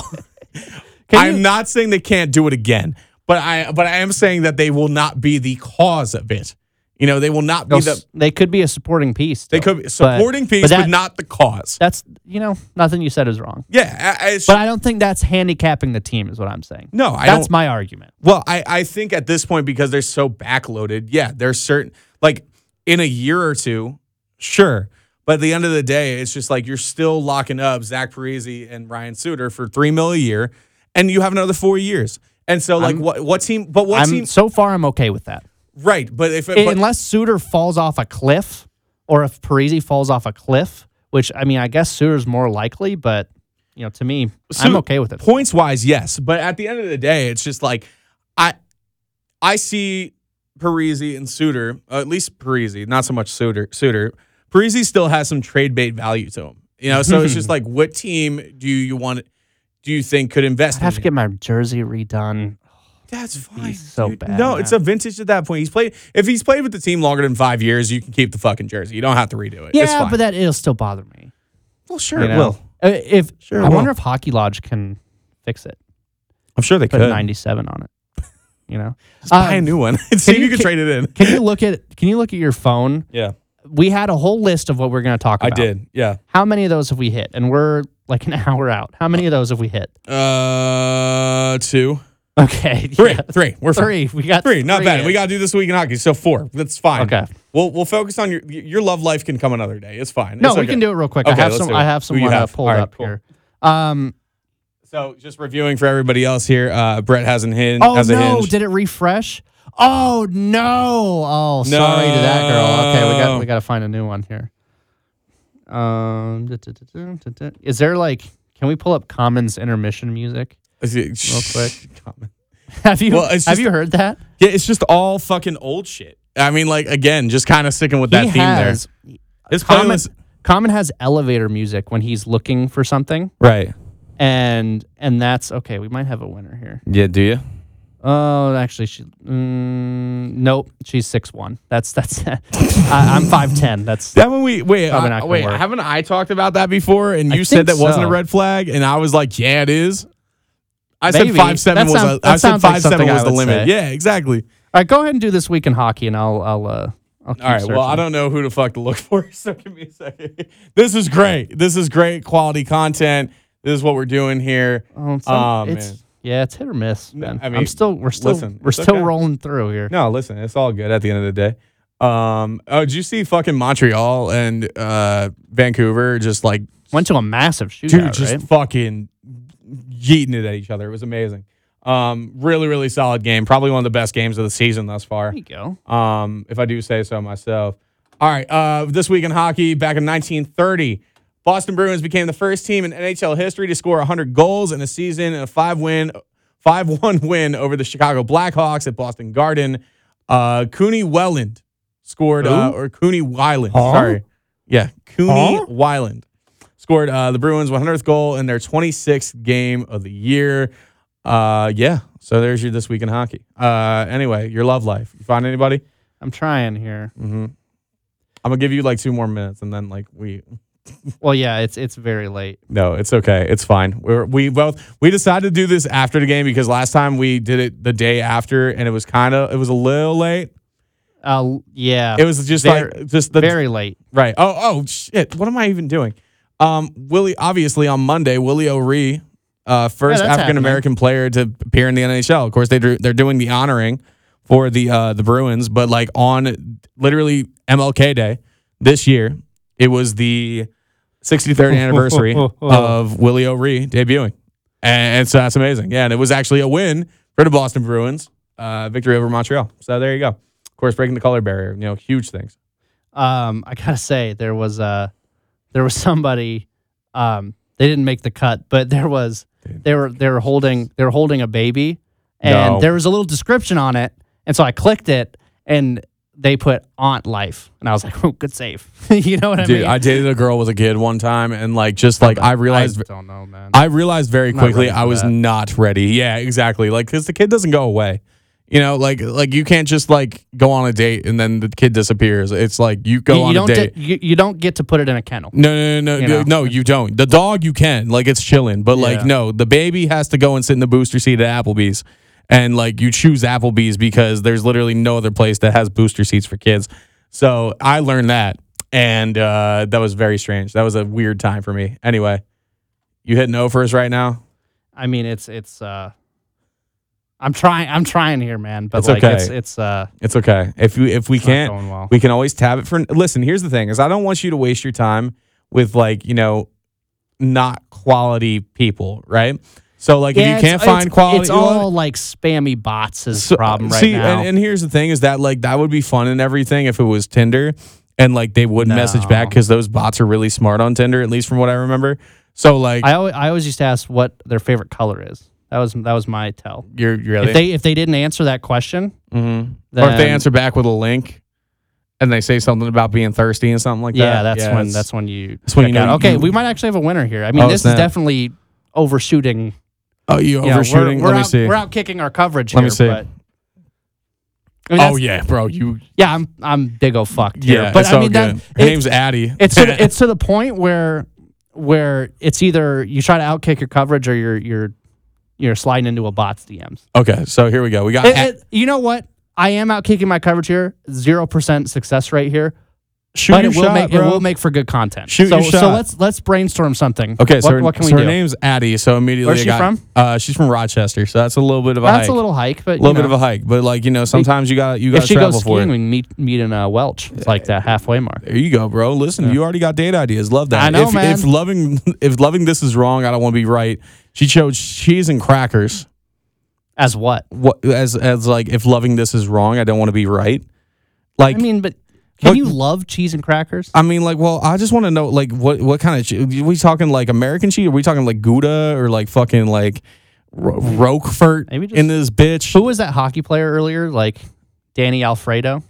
S4: Can
S3: I'm
S4: you-
S3: not saying they can't do it again, but I, but I am saying that they will not be the cause of it. You know, they will not be
S4: They'll
S3: the.
S4: s- they could be a supporting piece.
S3: They
S4: still,
S3: could be
S4: but-
S3: supporting piece,
S4: but,
S3: but,
S4: that-
S3: not the cause.
S4: That's you know nothing you said is wrong,
S3: Yeah, I, I, it's
S4: but I don't think that's handicapping the team. Is what I'm saying.
S3: No, I
S4: that's
S3: don't-
S4: my argument.
S3: Well, I, I think at this point because they're so backloaded, yeah, there's certain like in a year or two, sure. But at the end of the day, it's just like you're still locking up Zach Parisi and Ryan Suter for three mil a year, and you have another four years. And so like what what team? But what
S4: I'm
S3: team?
S4: so far I'm okay with that,
S3: Right, but if
S4: I-
S3: but,
S4: unless Suter falls off a cliff, or if Parisi falls off a cliff, which I mean I guess Suter's more likely, but you know, to me,
S3: So,
S4: I'm okay with it.
S3: Points wise, yes, but at the end of the day, it's just like I I see Parisi and Suter, uh, at least Parisi, not so much Suter. Suter, Parisi still has some trade bait value to him, you know. So it's just like, what team do you want? Do you think could invest?
S4: I'd have
S3: in
S4: to
S3: him?
S4: get my jersey redone.
S3: That's fine.
S4: So bad.
S3: No, it's a vintage at that point. He's played. If he's played with the team longer than five years, you can keep the fucking jersey. You don't have to redo it. It's
S4: yeah,
S3: fine.
S4: but that it'll still bother me.
S3: well, sure,
S4: you
S3: it
S4: know?
S3: will.
S4: Uh, If
S3: Sure it
S4: I
S3: will.
S4: wonder if Hockey Lodge can fix it.
S3: I'm sure they
S4: Put
S3: could.
S4: 97 on it. You know,
S3: Just buy a new one. See if you can trade it in.
S4: Can you look at Can you look at your phone?
S3: Yeah,
S4: We had a whole list of what we're going to talk
S3: I
S4: about.
S3: did. Yeah.
S4: How many of those have we hit? And we're like an hour out. How many of those have we hit?
S3: Uh, two.
S4: Okay,
S3: three,
S4: yeah.
S3: three. We're fine.
S4: Three. We got
S3: three. Not
S4: three
S3: bad.
S4: in.
S3: We got to do this week in hockey. So four. That's fine.
S4: Okay.
S3: We'll we'll focus on your your love life can come another day. It's fine.
S4: No,
S3: It's
S4: we
S3: okay.
S4: can do it real quick. I
S3: Okay,
S4: have
S3: let's
S4: some.
S3: do it.
S4: I have some
S3: Who you
S4: uh,
S3: have?
S4: pulled
S3: All right,
S4: up
S3: cool.
S4: here. Um,
S3: So just reviewing for everybody else here. Uh, Brett hasn't hit.
S4: oh
S3: has a
S4: no!
S3: hinge.
S4: Did it refresh? Oh no! Oh, sorry to that girl. Okay, we got
S3: No.
S4: we got to find a new one here. Um, da- da- da- da- da- da. is there like? Can we pull up Commons intermission music
S3: Is it-
S4: real quick? have you
S3: Well, it's
S4: have
S3: just-
S4: you heard that?
S3: Yeah, it's just all fucking old shit. I mean, like again, just kind of sticking with that
S4: He
S3: theme
S4: has-
S3: there. It's
S4: Common,
S3: playlist,
S4: Common has elevator music when he's looking for something,
S3: right?
S4: and and that's okay. We might have a winner here.
S11: Yeah, do you?
S4: Oh, actually, she. Mm, nope, she's six one. That's that's. I, I'm five ten. That's
S3: That one we wait
S4: Probably
S3: uh,
S4: not gonna
S3: wait
S4: work.
S3: haven't I talked about that before? And
S4: I
S3: you said that
S4: think
S3: wasn't a
S4: so.
S3: red flag, and I was like, yeah, it is. I said
S4: Maybe.
S3: five seven
S4: That
S3: was.
S4: sound-
S3: a, I
S4: that
S3: said
S4: sounds like
S3: five seven
S4: something I
S3: was the
S4: would
S3: limit.
S4: say.
S3: Yeah, exactly.
S4: All right, go ahead and do this week in hockey, and I'll I'll uh. I'll keep
S3: All right. Well, I
S4: searching.
S3: don't know who the fuck to look for. So give me a second. This is great. This is great quality content. This is what we're doing here.
S4: Oh, some- it's- Yeah, it's hit or miss. Man.
S3: I
S4: I
S3: mean,
S4: am still. We're still.
S3: listen,
S4: we're
S3: it's
S4: still
S3: okay.
S4: rolling through here.
S3: No, listen, it's all good at the end of the day. Um, oh, did you see fucking Montreal and uh, Vancouver just like
S4: went to a massive shootout?
S3: Dude, just
S4: right?
S3: fucking yeeting it at each other. It was amazing. Um, really, really solid game. Probably one of the best games of the season thus far.
S4: There you go.
S3: Um, if I do say so myself. All right. Uh, this week in hockey, back in 1930, Boston Bruins became the first team in NHL history to score 100 goals in a season in a five win, five one win over the Chicago Blackhawks at Boston Garden. Uh, Cooney Welland scored, uh,
S4: Who?
S3: or Cooney Weiland.
S4: Huh?
S3: Sorry, yeah, Cooney
S4: Huh?
S3: Weiland scored uh, the Bruins' 100th goal in their 26th game of the year. Uh, yeah. So there's your this week in hockey. Uh, anyway, your love life. You find anybody?
S4: I'm trying here.
S3: Mm-hmm. I'm gonna give you like two more minutes, and then like we.
S4: Well, yeah, it's it's very late.
S3: No, it's okay. It's fine. We're, we both we decided to do this after the game because last time we did it the day after, and it was kind of it was a little late.
S4: Uh, yeah.
S3: It was just
S4: Ver-
S3: like just the
S4: very late.
S3: Right. Oh, oh shit. What am I even doing? Um, Willie obviously on Monday, Willie O'Ree, uh, first
S4: that's
S3: African American player to appear in the NHL. Of course, they drew, they're doing the honoring for the uh, the Bruins, but like on literally MLK Day this year, it was the 63rd anniversary of Willie O'Ree debuting, and, and so that's amazing. Yeah, and it was actually a win for the Boston Bruins, uh, victory over Montreal. So there you go. Of course, breaking the color barrier, you know, huge things.
S4: um, I gotta say there was uh, there was somebody um, they didn't make the cut, but there was they were they were holding they were holding a baby, and
S3: No.
S4: there was a little description on it, and so I clicked it, and they put aunt life, and I was like, oh, good save, you know what I
S3: Dude,
S4: mean?
S3: I dated a girl with a kid one time, and like, just like I realized,
S4: I don't know, man.
S3: I realized very
S4: not
S3: quickly
S4: ready for
S3: I was
S4: that.
S3: not ready. Yeah, exactly. Like, because the kid doesn't go away. You know, like, like you can't just like go on a date and then the kid disappears. It's like you go
S4: you,
S3: on
S4: you
S3: a
S4: don't
S3: date.
S4: di- you, you don't get to put it in a kennel.
S3: no, no, no, no,
S4: You
S3: no,
S4: know?
S3: no, you don't. The dog you can, like, it's chilling, but like,
S4: Yeah.
S3: no, the baby has to go and sit in the booster seat at Applebee's, and like, you choose Applebee's because there's literally no other place that has booster seats for kids. So I learned that, and uh, that was very strange. That was a weird time for me. Anyway, you hitting no for us right now.
S4: I mean, it's it's uh, I'm trying I'm trying here, man, but
S3: It's
S4: like
S3: okay.
S4: it's it's uh,
S3: It's okay. If you if we
S4: not
S3: can't,
S4: going well.
S3: we can always tab it for. Listen, here's the thing: is I don't want you to waste your time with like you know, not quality people, right? So like
S4: Yeah,
S3: if
S4: it's-
S3: you can't find
S4: it's,
S3: quality,
S4: it's
S3: you know what?
S4: all like spammy bots is
S3: So- uh,
S4: the problem right
S3: see,
S4: now.
S3: And, and here's the thing: is that like that would be fun and everything if it was Tinder, and like they would message back
S4: No.
S3: because those bots are really smart on Tinder, at least from what I remember.
S12: So like
S4: I always, I always used to ask what their favorite color is. That was that was my tell.
S3: You're really
S4: If they if they didn't answer that question,
S3: Mhm. or if they
S4: then-
S3: answer back with a link and they say something about being thirsty and something like that.
S4: yeah, that's when
S3: it's-
S4: that's when you
S3: That's when you
S4: check
S3: know.
S4: out. Okay,
S3: you-
S4: we might actually have a winner here. I mean,
S3: Oh,
S4: this
S3: snap.
S4: is definitely overshooting.
S3: Oh, you
S4: know, we're-
S3: overshooting?
S4: we're,
S3: Let me
S4: out,
S3: see.
S4: We're out kicking our coverage
S3: Let me
S4: here.
S3: see.
S4: But, I mean,
S3: Oh
S4: that's-
S3: yeah, bro. You
S4: Yeah, I'm I'm Diggo fucked.
S3: yeah,
S4: here, but
S3: it's
S4: I
S3: all
S4: mean
S3: good.
S4: that
S3: Her
S4: it-
S3: name's Addie.
S4: It's to the, it's to the point where where it's either you try to outkick your coverage or you're you're you're sliding into a bot's DMs.
S3: okay. So here we go. We got
S4: It-
S3: at-
S4: it- you know what? I am outkicking my coverage here. Zero percent success rate here.
S3: Shoot
S4: but
S3: your
S4: it will
S3: shot,
S4: make
S3: bro.
S4: it will make for good content.
S3: Shoot
S4: so,
S3: your
S4: so
S3: shot.
S4: let's let's brainstorm something.
S3: Okay, so
S4: what,
S3: her,
S4: what can
S3: so
S4: we
S3: her
S4: do?
S3: name's Addie. So immediately,
S4: Where's
S3: I
S4: she
S3: got-
S4: from?
S3: Uh, she's from Rochester, so that's a little bit of a
S4: That's
S3: hike.
S4: a little hike, but
S3: a
S4: you
S3: little bit
S4: know.
S3: of a hike. But like you know, sometimes you got you got
S4: if
S3: to
S4: she
S3: travel
S4: goes
S3: for
S4: skiing,
S3: it.
S4: we can meet meet in a Welch. It's like that halfway mark.
S3: There you go, bro. Listen, you already got date ideas. Love that.
S4: I know,
S3: if,
S4: man.
S3: if loving if loving this is wrong, I don't want to be right. She chose cheese and crackers.
S4: As what?
S3: What as as like if loving this is wrong, I don't want to be right. Like
S4: I mean, but can
S3: What-
S4: you love cheese and crackers?
S3: I mean, like, well, I just want to know, like, what what kind of cheese? Are we talking like American cheese? Are we talking like Gouda or like fucking like Ro- Roquefort
S4: Maybe just-
S3: in this bitch?
S4: Who was that hockey player earlier? Like Danny Alfredo.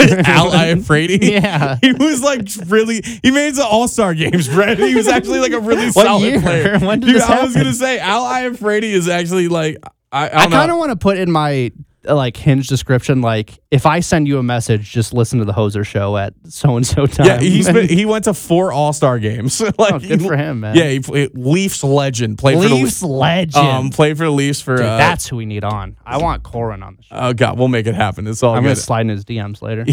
S3: Al Iafredi?
S4: Yeah.
S3: He was like really, he made the All Star games, Brett. He was actually like a really
S4: What
S3: solid
S4: year?
S3: player.
S4: When did
S3: Dude,
S4: this
S3: I was
S4: happen?
S3: going to say, Al Iafredi is actually like, I, I,
S4: I
S3: don't
S4: kind
S3: know.
S4: of want to put in my uh, like hinge description like if I send you a message, just listen to the Hoser Show at so and so time.
S3: Yeah, he's been, he went to four All Star games. like,
S4: Oh, good
S3: he-
S4: for him, man.
S3: Yeah, he played Leafs legend. Played
S4: Leafs
S3: for the, Le-
S4: legend.
S3: Um, played for the Leafs for.
S4: Dude,
S3: uh,
S4: that's who we need on. I want Corin on the show.
S3: oh god, we'll make it happen. It's all
S4: I'm gonna
S3: Oh, good.
S4: slide in his DMs later.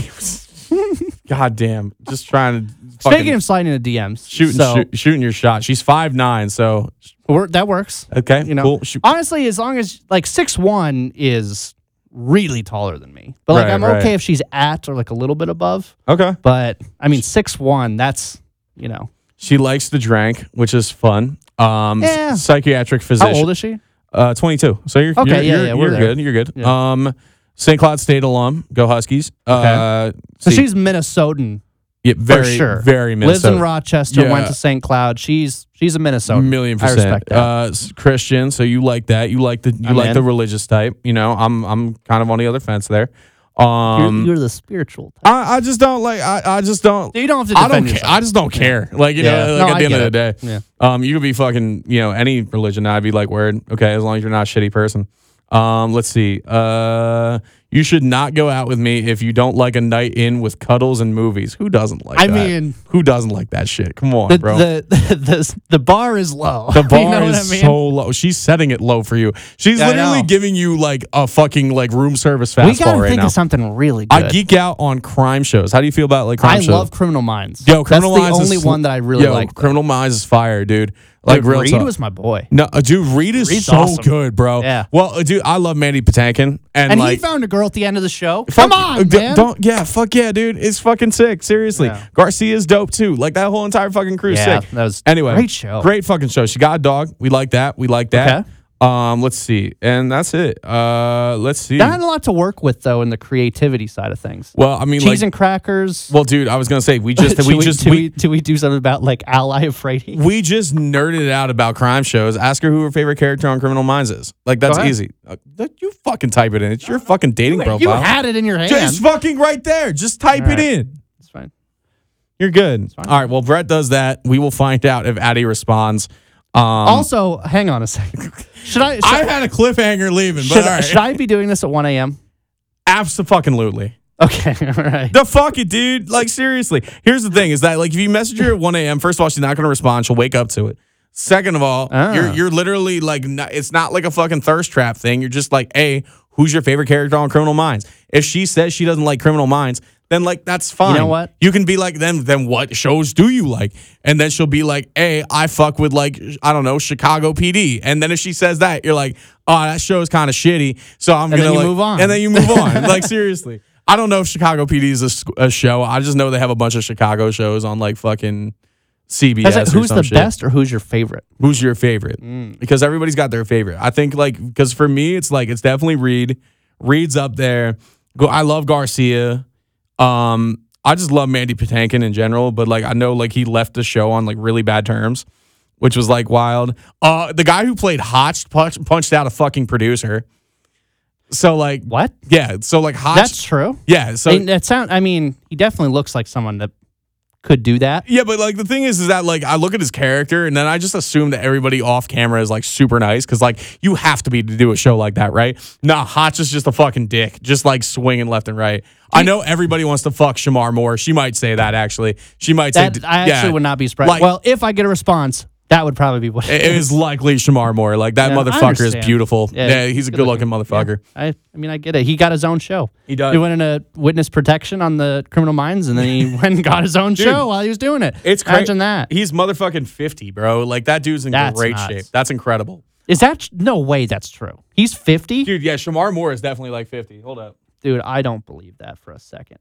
S3: God damn, just trying to
S4: Speaking
S3: fucking
S4: of sliding into DMs,
S3: shooting,
S4: so
S3: shoot, shooting your shot. She's five nine, so
S4: we're- that works.
S3: okay,
S4: You know,
S3: cool. Shoot.
S4: honestly, as long as like six one is really taller than me, but like
S3: Right,
S4: I'm
S3: right.
S4: okay if she's at or like a little bit above.
S3: Okay,
S4: But I mean, six one, that's you know,
S3: she likes to drink, which is fun. Um, s-
S4: Yeah.
S3: psychiatric physician.
S4: how old is she?
S3: Uh, twenty two. So you're You're,
S4: Okay, yeah,
S3: you're,
S4: yeah, we're
S3: you're
S4: there.
S3: good. You're good. Um, St. Cloud State alum. Go Huskies. Uh,
S4: So
S3: see-
S4: she's Minnesotan
S3: yeah, very
S4: for sure.
S3: very
S4: lives in
S3: Minnesota.
S4: Rochester, went
S3: Yeah.
S4: to St. Cloud. She's she's a Minnesotan.
S3: million
S4: I
S3: percent.
S4: respect that.
S3: Uh, s- Christian, so you like that. You like the you
S4: I'm
S3: like
S4: in.
S3: the religious type. You know, I'm I'm kind of on the other fence there. Um,
S4: you're, you're the spiritual. Type.
S3: I, I just don't like. I, I just don't.
S4: You don't have to
S3: I don't.
S4: defend
S3: Care.
S4: yourself.
S3: I just don't care. Like you
S4: Yeah.
S3: know, like
S4: No,
S3: at
S4: I
S3: the end of
S4: get
S3: the day,
S4: it. Yeah.
S3: um, you could be fucking you know any religion. I'd be like, word, okay, as long as you're not a shitty person. Um, let's see. Uh, you should not go out with me if you don't like a night in with cuddles and movies. Who doesn't like?
S4: I
S3: that?
S4: mean-
S3: who doesn't like that shit? Come on,
S4: the,
S3: bro.
S4: the, the the bar is low.
S3: The bar
S4: you know
S3: is
S4: what I mean?
S3: so low. She's setting it low for you. She's
S4: Yeah, I
S3: literally
S4: know.
S3: giving you like a fucking like room service fastball
S4: we gotta
S3: right
S4: think
S3: now.
S4: of something really good.
S3: I geek out on crime shows. How do you feel about like crime
S4: I
S3: shows?
S4: love Criminal Minds.
S3: Yo, Criminal
S4: That's the
S3: Minds is
S4: only
S3: sl-
S4: one that I really
S3: Yo,
S4: like.
S3: Criminal Minds is fire, dude. Like real
S4: Reed
S3: talk.
S4: was my boy,
S3: no, uh, dude, Reed is
S4: Reed's
S3: so
S4: awesome.
S3: good, bro.
S4: Yeah.
S3: Well, uh, dude, I love Mandy Patinkin, and,
S4: and he
S3: like.
S4: found a girl at the end of the show.
S3: fuck- uh,
S4: Come on,
S3: d-
S4: man.
S3: Don't yeah, fuck yeah, dude. It's fucking sick. Seriously,
S4: Yeah.
S3: Garcia's dope too. Like that whole entire fucking crew, is
S4: Yeah,
S3: sick.
S4: that was
S3: anyway,
S4: great show.
S3: great fucking show. She got a dog. We like that. We like that.
S4: Okay.
S3: Um, let's see, and that's it. Uh, let's see.
S4: Not a lot to work with though in the creativity side of things.
S3: well, I mean, like,
S4: Cheese and crackers.
S3: well, dude, I was gonna say we just
S4: Should
S3: we just
S4: do
S3: we,
S4: we, do we do something about like ally afraid? He-
S3: we just nerded out about crime shows. Ask her who her favorite character on Criminal Minds is. Like that's
S4: ahead.
S3: easy. Uh, that- you fucking type it in. It's your fucking dating profile.
S4: You had it in your hand.
S3: Just fucking right there. Just type
S4: All right.
S3: it in.
S4: It's fine.
S3: You're good. All right. Well, Brett does that. We will find out if Addie responds. Um,
S4: also, hang on a second. Should I? Should,
S3: I had a cliffhanger leaving, but
S4: should,
S3: all right.
S4: should I be doing this at 1 a.m.?
S3: Absolutely.
S4: Okay, all right.
S3: The fuck it, dude. Like seriously. Here's the thing: is that like if you message her at 1 a.m. First of all, she's not going to respond. She'll wake up to it. Second of all,
S4: Ah.
S3: you're you're literally like not, it's not like a fucking thirst trap thing. You're just like, hey, who's your favorite character on Criminal Minds? If she says she doesn't like Criminal Minds, then like that's fine.
S4: what?
S3: You can be like, then then what shows do you like? And then she'll be like, hey, I fuck with like I don't know Chicago PD. And then if she says that, you're like, oh, that show is kind of shitty. So I'm
S4: And
S3: gonna
S4: then you
S3: like-
S4: move on.
S3: And then you move on. like seriously, I don't know if Chicago PD is a, sc- a show. I just know they have a bunch of Chicago shows on like fucking CBS.
S4: That's like,
S3: or
S4: who's
S3: some
S4: the
S3: shit.
S4: best or who's your favorite?
S3: Who's your favorite? Because everybody's got their favorite. I think like because for me, it's like it's definitely Reed. Reed's up there. Go. I love Garcia. Um, I just love Mandy Patinkin in general, but like I know like he left the show on like really bad terms. which was like wild. Uh, the guy who played Hotch punch, punched out a fucking producer. So like
S4: what?
S3: Yeah. So like Hotch.
S4: That's true.
S3: Yeah. So
S4: And that sound. I mean, he definitely looks like someone that could do that.
S3: yeah, but like the thing is, is that like I look at his character and then I just assume that everybody off camera is like super nice because like you have to be to do a show like that, right? Nah, Hotch is just a fucking dick, just like swinging left and right. I know everybody wants to fuck Shamar Moore. She might say that actually. She might say
S4: That I actually
S3: yeah.
S4: would not be surprised.
S3: Like-
S4: well, if I get a response, that would probably be what
S3: It it is likely Shamar Moore. Like that
S4: Yeah, I
S3: motherfucker is
S4: understand.
S3: beautiful.
S4: Yeah,
S3: Yeah, he's a
S4: good
S3: good looking motherfucker.
S4: I, I mean, I get it. He got his own show.
S3: He does.
S4: He went into witness protection on the Criminal Minds, and then he went and got his own
S3: Dude,
S4: show while he was doing it.
S3: It's crazy.
S4: imagine that.
S3: He's motherfucking 50, bro. Like that dude's in
S4: That's
S3: great
S4: nuts.
S3: shape. That's incredible.
S4: Is that tr- no way? That's true. He's fifty,
S3: Dude, yeah, Shamar Moore is definitely like 50. Hold up.
S4: dude. I don't believe that for a second.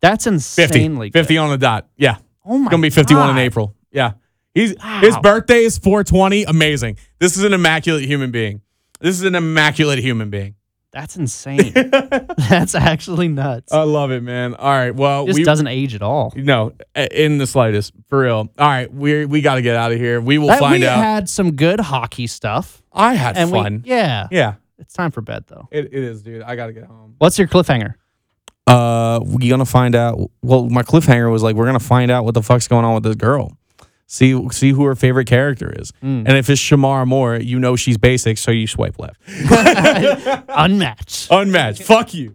S4: That's
S3: 50.
S4: insanely
S3: 50 on the dot. Yeah.
S4: Oh my
S3: Gonna be 51 in
S4: God.
S3: April. Yeah. He's his birthday is 420. Amazing. This is an immaculate human being. This is an immaculate human being.
S4: good. That's insane. That's actually nuts.
S3: I love it, man. All right. Well,
S4: This doesn't age at all.
S3: No, a- in the slightest, for real. All right, we we got to get out of here. We will
S4: That-
S3: find
S4: we
S3: out.
S4: had some good hockey stuff.
S3: I had
S4: and we-
S3: fun.
S4: yeah.
S3: yeah,
S4: It's time for bed though.
S3: it, it is, dude. I gotta get home.
S4: What's your cliffhanger?
S3: Uh, we gonna find out. Well, my cliffhanger was like, we're gonna find out what the fuck's going on with this girl. See, see who her favorite character is, and if it's Shamar Moore, you know she's basic, so you swipe left.
S4: Unmatched.
S3: Unmatched. Fuck you.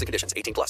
S1: and conditions. 18 plus.